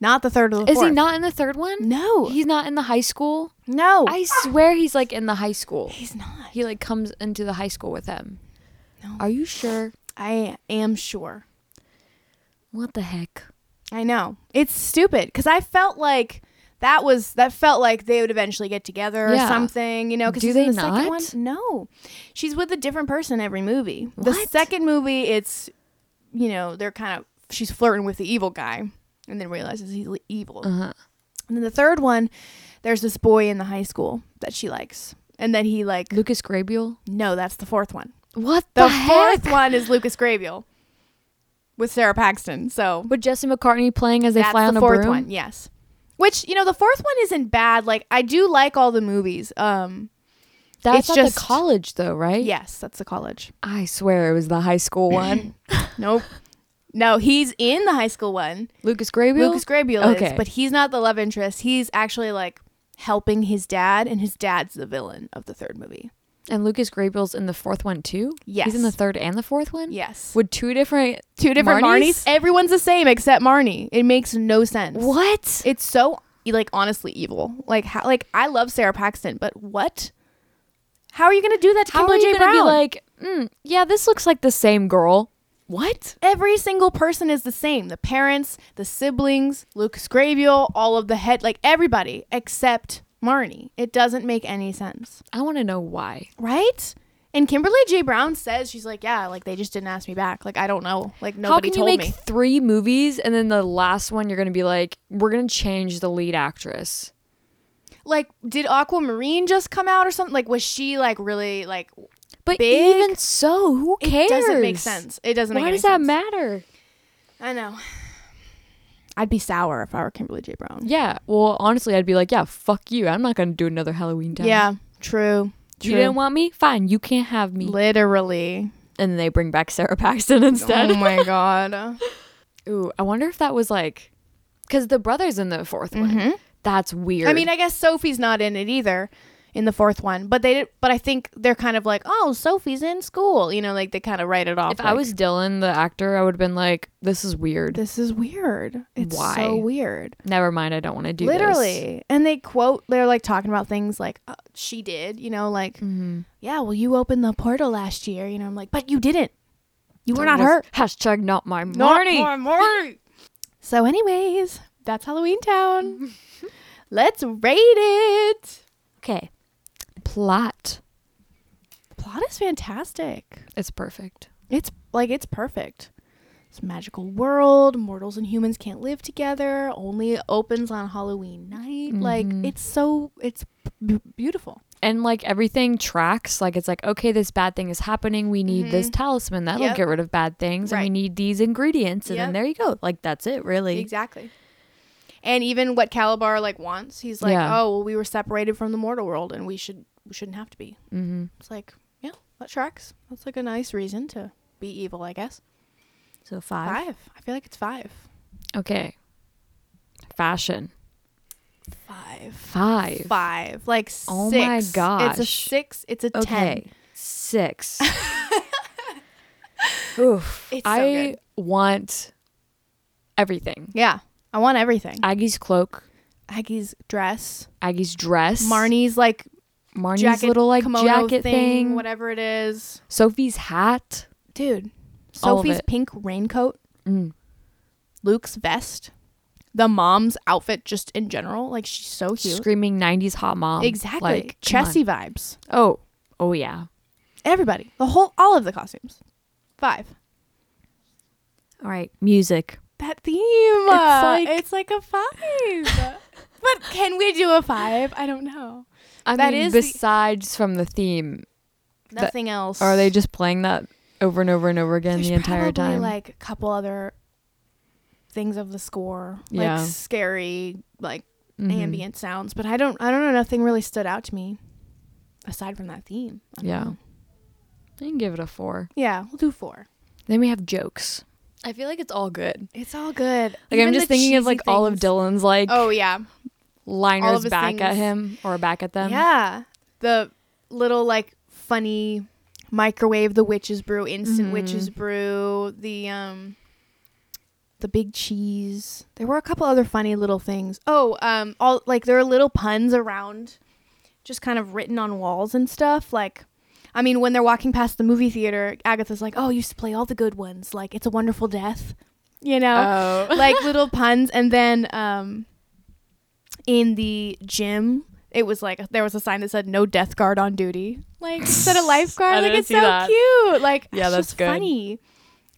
[SPEAKER 1] Not the third or the
[SPEAKER 2] Is
[SPEAKER 1] fourth.
[SPEAKER 2] he not in the third one?
[SPEAKER 1] No.
[SPEAKER 2] He's not in the high school.
[SPEAKER 1] no.
[SPEAKER 2] I swear he's like in the high school.
[SPEAKER 1] he's not.
[SPEAKER 2] He like comes into the high school with them.
[SPEAKER 1] No.
[SPEAKER 2] Are you sure?
[SPEAKER 1] I am sure.
[SPEAKER 2] What the heck?
[SPEAKER 1] I know. It's stupid because I felt like that was that felt like they would eventually get together
[SPEAKER 2] Yeah.
[SPEAKER 1] or something, you know? Because
[SPEAKER 2] Do
[SPEAKER 1] the
[SPEAKER 2] they
[SPEAKER 1] second one,
[SPEAKER 2] not?
[SPEAKER 1] no, she's with a different person every movie. The
[SPEAKER 2] What?
[SPEAKER 1] second movie, it's you know they're kind of she's flirting with the evil guy, and then realizes he's le- evil.
[SPEAKER 2] Uh-huh.
[SPEAKER 1] And then the third one, there's this boy in the high school that she likes, and then he like
[SPEAKER 2] Lucas Grabeel?
[SPEAKER 1] no, that's the fourth one.
[SPEAKER 2] What
[SPEAKER 1] The,
[SPEAKER 2] the,
[SPEAKER 1] fourth
[SPEAKER 2] heck?
[SPEAKER 1] one is Lucas Grabeel with Sarah Paxton. So
[SPEAKER 2] With Jesse McCartney playing as they
[SPEAKER 1] that's
[SPEAKER 2] fly
[SPEAKER 1] the
[SPEAKER 2] on a
[SPEAKER 1] fourth
[SPEAKER 2] broom.
[SPEAKER 1] one yes which you know the fourth one isn't bad like i do like all the movies um
[SPEAKER 2] That's
[SPEAKER 1] It's
[SPEAKER 2] at
[SPEAKER 1] just-
[SPEAKER 2] the college though, right?
[SPEAKER 1] Yes, that's the college.
[SPEAKER 2] I swear it was the high school
[SPEAKER 1] [clears throat]
[SPEAKER 2] one.
[SPEAKER 1] Nope. No, he's in the high school one.
[SPEAKER 2] Lucas Graybill.
[SPEAKER 1] Lucas Grabeel is,
[SPEAKER 2] Okay.
[SPEAKER 1] but he's not the love interest. He's actually like helping his dad, and his dad's the villain of the third movie.
[SPEAKER 2] and Lucas Graybill's in the fourth one too. He's in the
[SPEAKER 1] Yes.
[SPEAKER 2] third and the fourth one.
[SPEAKER 1] Yes.
[SPEAKER 2] With two different.
[SPEAKER 1] Two different
[SPEAKER 2] Marnies?
[SPEAKER 1] Marnies? Everyone's the same except Marnie. It makes no sense.
[SPEAKER 2] What?
[SPEAKER 1] It's so e, like honestly evil. Like how like I love Sarah Paxton, but what? How are you gonna do that to
[SPEAKER 2] How
[SPEAKER 1] Kimberly
[SPEAKER 2] are you
[SPEAKER 1] J.
[SPEAKER 2] gonna
[SPEAKER 1] Brown?
[SPEAKER 2] be like? Mm, yeah, this looks like the same girl. What?
[SPEAKER 1] every single person is the same the parents the siblings lucas graviel all of the head like everybody except marnie it doesn't make any sense
[SPEAKER 2] I want to know why.
[SPEAKER 1] right and kimberly j brown says she's like yeah like they just didn't ask me back like i don't know like nobody
[SPEAKER 2] How can
[SPEAKER 1] told
[SPEAKER 2] you make
[SPEAKER 1] me
[SPEAKER 2] three movies and then the last one you're gonna be like, we're gonna change the lead actress?
[SPEAKER 1] like did aquamarine just come out or something like was she like really like
[SPEAKER 2] But
[SPEAKER 1] Big-
[SPEAKER 2] even so, who cares?
[SPEAKER 1] it doesn't make sense it doesn't make
[SPEAKER 2] Why
[SPEAKER 1] any
[SPEAKER 2] does that
[SPEAKER 1] sense.
[SPEAKER 2] matter?
[SPEAKER 1] i know i'd be sour if i were kimberly j brown
[SPEAKER 2] Yeah. Well, honestly, I'd be like, yeah, fuck you. I'm not gonna do another Halloween time.
[SPEAKER 1] yeah true
[SPEAKER 2] You
[SPEAKER 1] true
[SPEAKER 2] didn't want me? Fine, you can't have me.
[SPEAKER 1] literally
[SPEAKER 2] And they bring back Sarah Paxton [laughs] instead.
[SPEAKER 1] oh my [laughs] god
[SPEAKER 2] Ooh, I wonder if that was like, because the brother's in the 4th one. That's weird.
[SPEAKER 1] I mean, I guess Sophie's not in it either in the fourth one, but they did, but I think they're kind of like, oh, Sophie's in school, you know, like they kind of write it off.
[SPEAKER 2] if I
[SPEAKER 1] like,
[SPEAKER 2] was Dylan, the actor, I would have been like, this is weird.
[SPEAKER 1] this is weird. It's
[SPEAKER 2] Why?
[SPEAKER 1] so weird.
[SPEAKER 2] Never mind. I don't want to do this.
[SPEAKER 1] Literally, and they quote they're like talking about things like uh, she did, you know, like
[SPEAKER 2] Mm-hmm.
[SPEAKER 1] yeah, well, you opened the portal last year, you know. I'm like, but you didn't. You were not
[SPEAKER 2] Was-
[SPEAKER 1] hurt.
[SPEAKER 2] Hashtag not my
[SPEAKER 1] Not
[SPEAKER 2] Marnie.
[SPEAKER 1] my Marnie. so, anyways, that's Halloween Town.
[SPEAKER 2] [laughs]
[SPEAKER 1] Let's rate it.
[SPEAKER 2] okay. Plot.
[SPEAKER 1] The plot is fantastic.
[SPEAKER 2] It's perfect.
[SPEAKER 1] It's like it's perfect. It's a magical world. Mortals and humans can't live together. Only opens on Halloween night. Like
[SPEAKER 2] Mm-hmm.
[SPEAKER 1] it's so it's b- beautiful.
[SPEAKER 2] And like everything tracks. Like it's like, okay, this bad thing is happening. We need this talisman. That'll
[SPEAKER 1] Yep.
[SPEAKER 2] get rid of bad things. And we
[SPEAKER 1] Right.
[SPEAKER 2] need these ingredients. And then
[SPEAKER 1] Yep.
[SPEAKER 2] there you go. Like that's it, really.
[SPEAKER 1] Exactly. And even what Calabar like wants, he's like,
[SPEAKER 2] Yeah.
[SPEAKER 1] "Oh, well, we were separated from the mortal world, and we should we shouldn't have to be."
[SPEAKER 2] Mm-hmm.
[SPEAKER 1] It's like, yeah, that tracks. That's like a nice reason to be evil, I guess.
[SPEAKER 3] So five.
[SPEAKER 1] Five. I feel like it's five.
[SPEAKER 2] Okay. Fashion.
[SPEAKER 1] Five.
[SPEAKER 2] Five.
[SPEAKER 1] Five. Like six.
[SPEAKER 2] Oh my
[SPEAKER 1] It's a
[SPEAKER 2] gosh.
[SPEAKER 1] six. It's a ten.
[SPEAKER 3] Okay.
[SPEAKER 1] [laughs]
[SPEAKER 2] Six. Oof.
[SPEAKER 1] It's so
[SPEAKER 2] I
[SPEAKER 1] good.
[SPEAKER 2] want everything.
[SPEAKER 1] Yeah. I want everything.
[SPEAKER 2] Aggie's cloak,
[SPEAKER 1] Aggie's dress,
[SPEAKER 2] Aggie's dress,
[SPEAKER 1] Marnie's like
[SPEAKER 2] Marnie's
[SPEAKER 1] jacket,
[SPEAKER 2] little like
[SPEAKER 1] kimono
[SPEAKER 2] jacket
[SPEAKER 1] thing, e-,
[SPEAKER 2] thing,
[SPEAKER 1] whatever it is.
[SPEAKER 2] Sophie's hat.
[SPEAKER 1] Dude,
[SPEAKER 2] All of
[SPEAKER 1] Sophie's
[SPEAKER 2] it.
[SPEAKER 1] pink raincoat,
[SPEAKER 2] Mm.
[SPEAKER 1] Luke's vest, the mom's outfit, just in general, like she's so cute.
[SPEAKER 2] Screaming '90s hot mom.
[SPEAKER 1] exactly,
[SPEAKER 2] Like come on.
[SPEAKER 1] Chessy vibes.
[SPEAKER 2] Oh, oh yeah.
[SPEAKER 1] Everybody, the whole, all of the costumes. Five.
[SPEAKER 3] All right. Music.
[SPEAKER 1] That theme. It's
[SPEAKER 2] like-
[SPEAKER 1] like, it's like a [laughs] five. but can we do a five? I don't know.
[SPEAKER 2] I
[SPEAKER 1] That
[SPEAKER 2] mean,
[SPEAKER 1] is the-
[SPEAKER 2] besides from the theme, That-
[SPEAKER 1] Nothing else.
[SPEAKER 2] are they just playing that over and over and over again
[SPEAKER 1] There's
[SPEAKER 2] the entire
[SPEAKER 1] probably,
[SPEAKER 2] time?
[SPEAKER 1] Like a couple other things of the score,
[SPEAKER 2] Yeah.
[SPEAKER 1] like scary, like
[SPEAKER 2] Mhm.
[SPEAKER 1] ambient sounds. But I don't, I don't know. Nothing really stood out to me aside from that theme. I don't
[SPEAKER 2] Yeah.
[SPEAKER 1] know.
[SPEAKER 2] I can give it a four.
[SPEAKER 1] yeah. We'll do four.
[SPEAKER 2] Then we have jokes. I feel like it's all good.
[SPEAKER 1] It's all good.
[SPEAKER 2] Like I'm just thinking of like all of Dylan's like
[SPEAKER 1] Oh yeah, all
[SPEAKER 2] liners
[SPEAKER 1] of his
[SPEAKER 2] back at
[SPEAKER 1] things.
[SPEAKER 2] him or back at them. [laughs]
[SPEAKER 1] yeah. The little like funny microwave, the witch's brew, instant witch's brew, the um. The big cheese. There were a couple other funny little things. Oh, um, all like there are little puns around, just kind of written on walls and stuff. Like, I mean, when they're walking past the movie theater, Agatha's like, "Oh, you used to play all the good ones. Like, it's a wonderful death," you know.
[SPEAKER 2] Oh.
[SPEAKER 1] like
[SPEAKER 2] [laughs]
[SPEAKER 1] little puns and then um in the gym it was like there was a sign that said no death guard on duty like instead
[SPEAKER 2] [laughs]
[SPEAKER 1] of
[SPEAKER 2] I
[SPEAKER 1] lifeguard like
[SPEAKER 2] didn't
[SPEAKER 1] it's
[SPEAKER 2] see
[SPEAKER 1] so
[SPEAKER 2] that.
[SPEAKER 1] cute like
[SPEAKER 2] Yeah,
[SPEAKER 1] it's
[SPEAKER 2] that's
[SPEAKER 1] just
[SPEAKER 2] good.
[SPEAKER 1] funny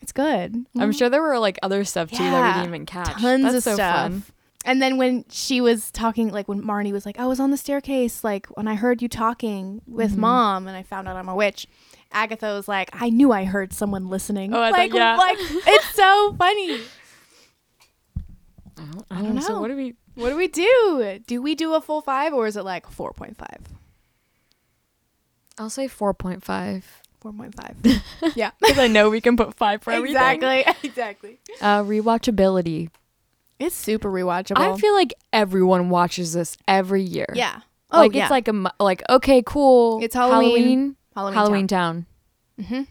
[SPEAKER 1] it's good
[SPEAKER 2] I'm [laughs] sure there were like other stuff too that we
[SPEAKER 1] Oh. Yeah.
[SPEAKER 2] didn't even catch.
[SPEAKER 1] tons
[SPEAKER 2] That's
[SPEAKER 1] of
[SPEAKER 2] so
[SPEAKER 1] stuff
[SPEAKER 2] Fun.
[SPEAKER 1] and then when she was talking like when marnie was like i was on the staircase like when i heard you talking with
[SPEAKER 2] Mm-hmm.
[SPEAKER 1] mom and i found out i'm a witch agatha was like i knew i heard someone listening
[SPEAKER 2] Oh, I thought-
[SPEAKER 1] like
[SPEAKER 2] yeah.
[SPEAKER 1] like it's so
[SPEAKER 2] [laughs]
[SPEAKER 1] funny
[SPEAKER 2] I don't,
[SPEAKER 1] I don't
[SPEAKER 2] So
[SPEAKER 1] know.
[SPEAKER 2] what do we?
[SPEAKER 1] What do we do? Do we do a full five or is it like 4.5?
[SPEAKER 2] I'll say 4.5. [laughs]
[SPEAKER 1] 4.5. yeah.
[SPEAKER 2] Because I know we can put five for everything.
[SPEAKER 1] [laughs] exactly. Exactly.
[SPEAKER 2] Uh, rewatchability.
[SPEAKER 1] It's super rewatchable.
[SPEAKER 2] I feel like everyone watches this every year.
[SPEAKER 1] yeah. Oh,
[SPEAKER 2] Like
[SPEAKER 1] yeah.
[SPEAKER 2] it's like a mu- like okay cool.
[SPEAKER 1] It's Halloween.
[SPEAKER 2] Halloween,
[SPEAKER 1] Halloween.
[SPEAKER 2] Halloween Town.
[SPEAKER 1] hmm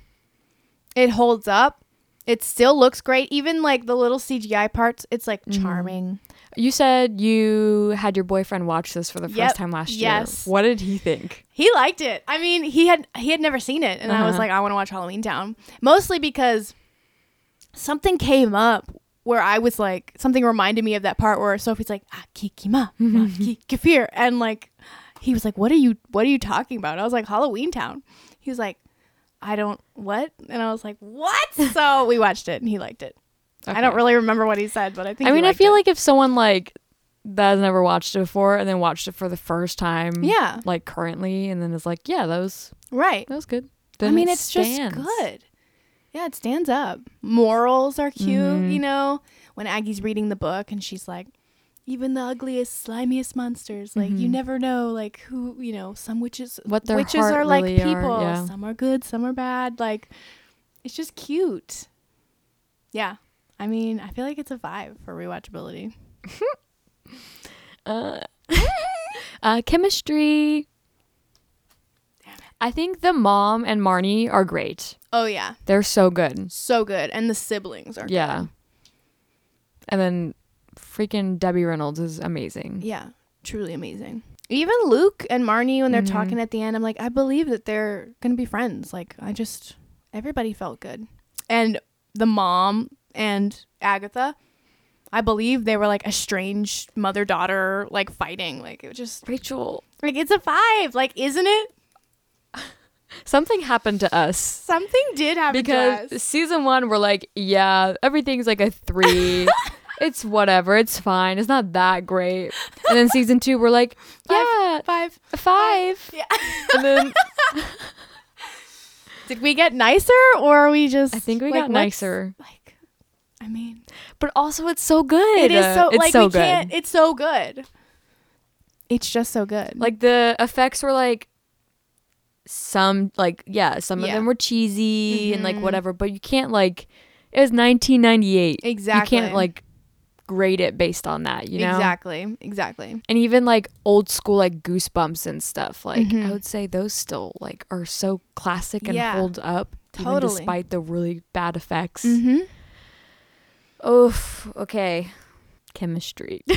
[SPEAKER 1] It holds up. It still looks great. Even like the little CGI parts, it's like
[SPEAKER 2] Mhm.
[SPEAKER 1] charming.
[SPEAKER 2] You said you had your boyfriend watch this for the first
[SPEAKER 1] Yep.
[SPEAKER 2] time last
[SPEAKER 1] Yes.
[SPEAKER 2] year. What did he think?
[SPEAKER 1] He liked it. I mean, he had he had never seen it, and I was
[SPEAKER 2] Uh-huh.
[SPEAKER 1] like, I want to watch Halloween Town, mostly because something came up where I was like, something reminded me of that part where Sophie's like, ah, kikima, ma
[SPEAKER 2] Mm-hmm.
[SPEAKER 1] ki- kefir, and like, he was like, what are you, what are you talking about? I was like, Halloween Town. He was like, I don't what, and I was like,
[SPEAKER 2] [laughs]
[SPEAKER 1] what? So we watched it, and he liked it. I don't
[SPEAKER 2] Okay.
[SPEAKER 1] really remember what he said, but I think.
[SPEAKER 2] I
[SPEAKER 1] he
[SPEAKER 2] mean, I
[SPEAKER 1] liked
[SPEAKER 2] feel
[SPEAKER 1] it.
[SPEAKER 2] like if someone like that has never watched it before and then watched it for the first time,
[SPEAKER 1] Yeah.
[SPEAKER 2] like currently, and then is like, yeah, that was
[SPEAKER 1] right.
[SPEAKER 2] that was good.
[SPEAKER 1] I
[SPEAKER 2] Then
[SPEAKER 1] mean,
[SPEAKER 2] it
[SPEAKER 1] it's
[SPEAKER 2] stands.
[SPEAKER 1] just good. Yeah, it stands up. Morals are cute,
[SPEAKER 2] Mm-hmm.
[SPEAKER 1] you know. When Aggie's reading the book and she's like, even the ugliest, slimiest monsters, like you
[SPEAKER 2] Mhm.
[SPEAKER 1] never know, like who, you know, some witches,
[SPEAKER 2] What their
[SPEAKER 1] witches
[SPEAKER 2] heart
[SPEAKER 1] are like
[SPEAKER 2] really are,
[SPEAKER 1] people.
[SPEAKER 2] yeah.
[SPEAKER 1] Some are good, some are bad. Like, it's just cute. Yeah, I mean, I feel like it's a vibe for rewatchability.
[SPEAKER 2] Uh, uh, chemistry. I think the mom and Marnie are great.
[SPEAKER 1] Oh yeah,
[SPEAKER 2] They're so good.
[SPEAKER 1] so good, and the siblings are
[SPEAKER 2] Yeah.
[SPEAKER 1] good.
[SPEAKER 2] And then freaking Debbie Reynolds is amazing.
[SPEAKER 1] Yeah, truly amazing. Even Luke and Marnie, when they're
[SPEAKER 2] Mhm.
[SPEAKER 1] talking at the end, I'm like, I believe that they're gonna be friends. Like, I just everybody felt good, and the mom and Agatha, I believe they were like estranged mother daughter, like fighting. Like it was just
[SPEAKER 2] Rachel,
[SPEAKER 1] like it's a vibe, like isn't it?
[SPEAKER 2] something happened to us.
[SPEAKER 1] Something did happen
[SPEAKER 2] because
[SPEAKER 1] to us.
[SPEAKER 2] season one we're like yeah everything's like a
[SPEAKER 1] [laughs]
[SPEAKER 2] three it's whatever it's fine it's not that great and then season two we're like yeah
[SPEAKER 1] Five.
[SPEAKER 2] a five
[SPEAKER 1] Yeah.
[SPEAKER 2] and
[SPEAKER 1] [laughs]
[SPEAKER 2] then
[SPEAKER 1] Did we get nicer, or are we just?
[SPEAKER 2] i think we
[SPEAKER 1] like,
[SPEAKER 2] got
[SPEAKER 1] what's-
[SPEAKER 2] nicer
[SPEAKER 1] Like, I mean,
[SPEAKER 2] but also it's so good
[SPEAKER 1] It is so
[SPEAKER 2] uh, it's
[SPEAKER 1] like
[SPEAKER 2] so
[SPEAKER 1] we
[SPEAKER 2] good
[SPEAKER 1] can't. It's so good. It's just so good.
[SPEAKER 2] like the effects were like some like yeah some of
[SPEAKER 1] Yeah.
[SPEAKER 2] them were cheesy and like
[SPEAKER 1] Mhm.
[SPEAKER 2] whatever but you can't like it was 1998
[SPEAKER 1] Exactly.
[SPEAKER 2] you can't like grade it based on that you know
[SPEAKER 1] exactly, exactly.
[SPEAKER 2] and even like old school like goosebumps and stuff like
[SPEAKER 1] Mhm.
[SPEAKER 2] i would say those still like are so classic and
[SPEAKER 1] Yeah.
[SPEAKER 2] hold up even
[SPEAKER 1] Totally.
[SPEAKER 2] despite the really bad effects
[SPEAKER 1] Mm-hmm.
[SPEAKER 2] oof okay chemistry [laughs]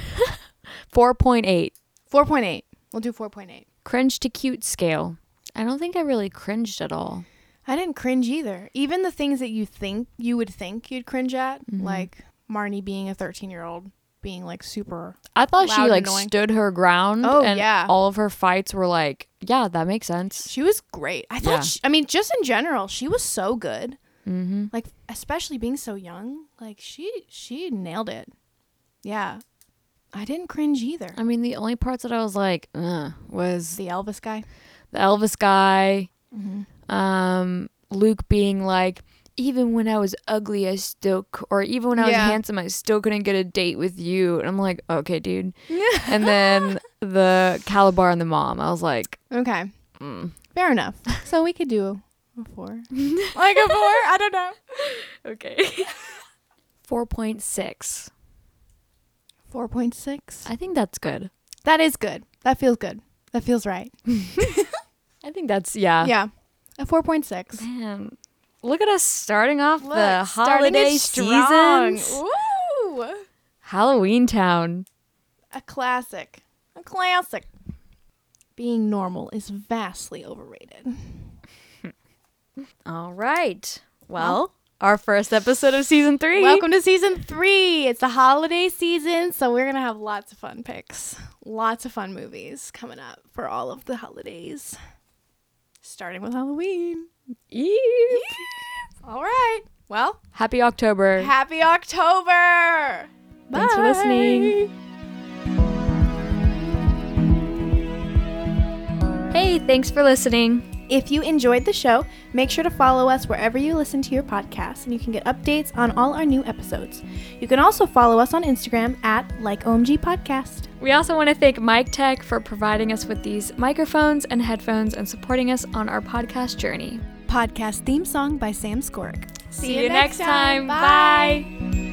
[SPEAKER 2] 4.8
[SPEAKER 1] Four point eight. We'll do four point eight.
[SPEAKER 2] cringe to cute scale i don't think i really cringed at all
[SPEAKER 1] I didn't cringe either. Even the things that you think you would think you'd cringe at,
[SPEAKER 2] Mm-hmm.
[SPEAKER 1] like Marnie being a thirteen-year-old, being like super.
[SPEAKER 2] i thought
[SPEAKER 1] Loud
[SPEAKER 2] she
[SPEAKER 1] and
[SPEAKER 2] like
[SPEAKER 1] annoying.
[SPEAKER 2] stood her ground
[SPEAKER 1] Oh,
[SPEAKER 2] and
[SPEAKER 1] yeah.
[SPEAKER 2] all of her fights were like yeah that makes sense
[SPEAKER 1] She was great. I thought.
[SPEAKER 2] Yeah.
[SPEAKER 1] She, I mean, just in general, she was so good.
[SPEAKER 2] mm-hmm.
[SPEAKER 1] Like, especially being so young. Like she, she nailed it. Yeah, I didn't cringe either.
[SPEAKER 2] i mean the only parts that i was like Ugh, was
[SPEAKER 1] The Elvis guy.
[SPEAKER 2] the Elvis guy,
[SPEAKER 1] Mhm.
[SPEAKER 2] um, Luke being like, even when I was ugly, I still, c- or even when I was
[SPEAKER 1] Yeah.
[SPEAKER 2] handsome, I still couldn't get a date with you. And I'm like, okay, dude. and then the Calabar and the mom, I was like,
[SPEAKER 1] Okay.
[SPEAKER 2] mm.
[SPEAKER 1] Fair enough. So we could do a four. [laughs] like a four? I don't know.
[SPEAKER 2] [laughs] okay. [laughs] 4.6.
[SPEAKER 1] 4.6.
[SPEAKER 2] I think that's good.
[SPEAKER 1] That is good. That feels good. That feels right.
[SPEAKER 2] I think that's, yeah.
[SPEAKER 1] yeah. A 4.6.
[SPEAKER 2] Man, look at us starting off the
[SPEAKER 1] Look, starting
[SPEAKER 2] holiday
[SPEAKER 1] it strong.
[SPEAKER 2] seasons.
[SPEAKER 1] Ooh.
[SPEAKER 2] Halloween Town.
[SPEAKER 1] A classic. A classic. Being normal is vastly overrated.
[SPEAKER 2] All right. Well, our first episode of season three.
[SPEAKER 1] Welcome to season three. It's the holiday season, so we're going to have lots of fun picks. Lots of fun movies coming up for all of the holidays, starting with Halloween.
[SPEAKER 2] Eve.
[SPEAKER 1] [laughs] All right. Well,
[SPEAKER 2] Happy October.
[SPEAKER 1] happy October.
[SPEAKER 2] Thanks for listening.
[SPEAKER 1] Bye.
[SPEAKER 2] hey, thanks for listening.
[SPEAKER 1] If you enjoyed the show, make sure to follow us wherever you listen to your podcast, and you can get updates on all our new episodes. You can also follow us on Instagram at LikeOMG Podcast.
[SPEAKER 2] We also want to thank Mike Tech for providing us with these microphones and headphones and supporting us on our podcast journey.
[SPEAKER 1] Podcast theme song by Sam Skorick.
[SPEAKER 2] See, you next time. Bye.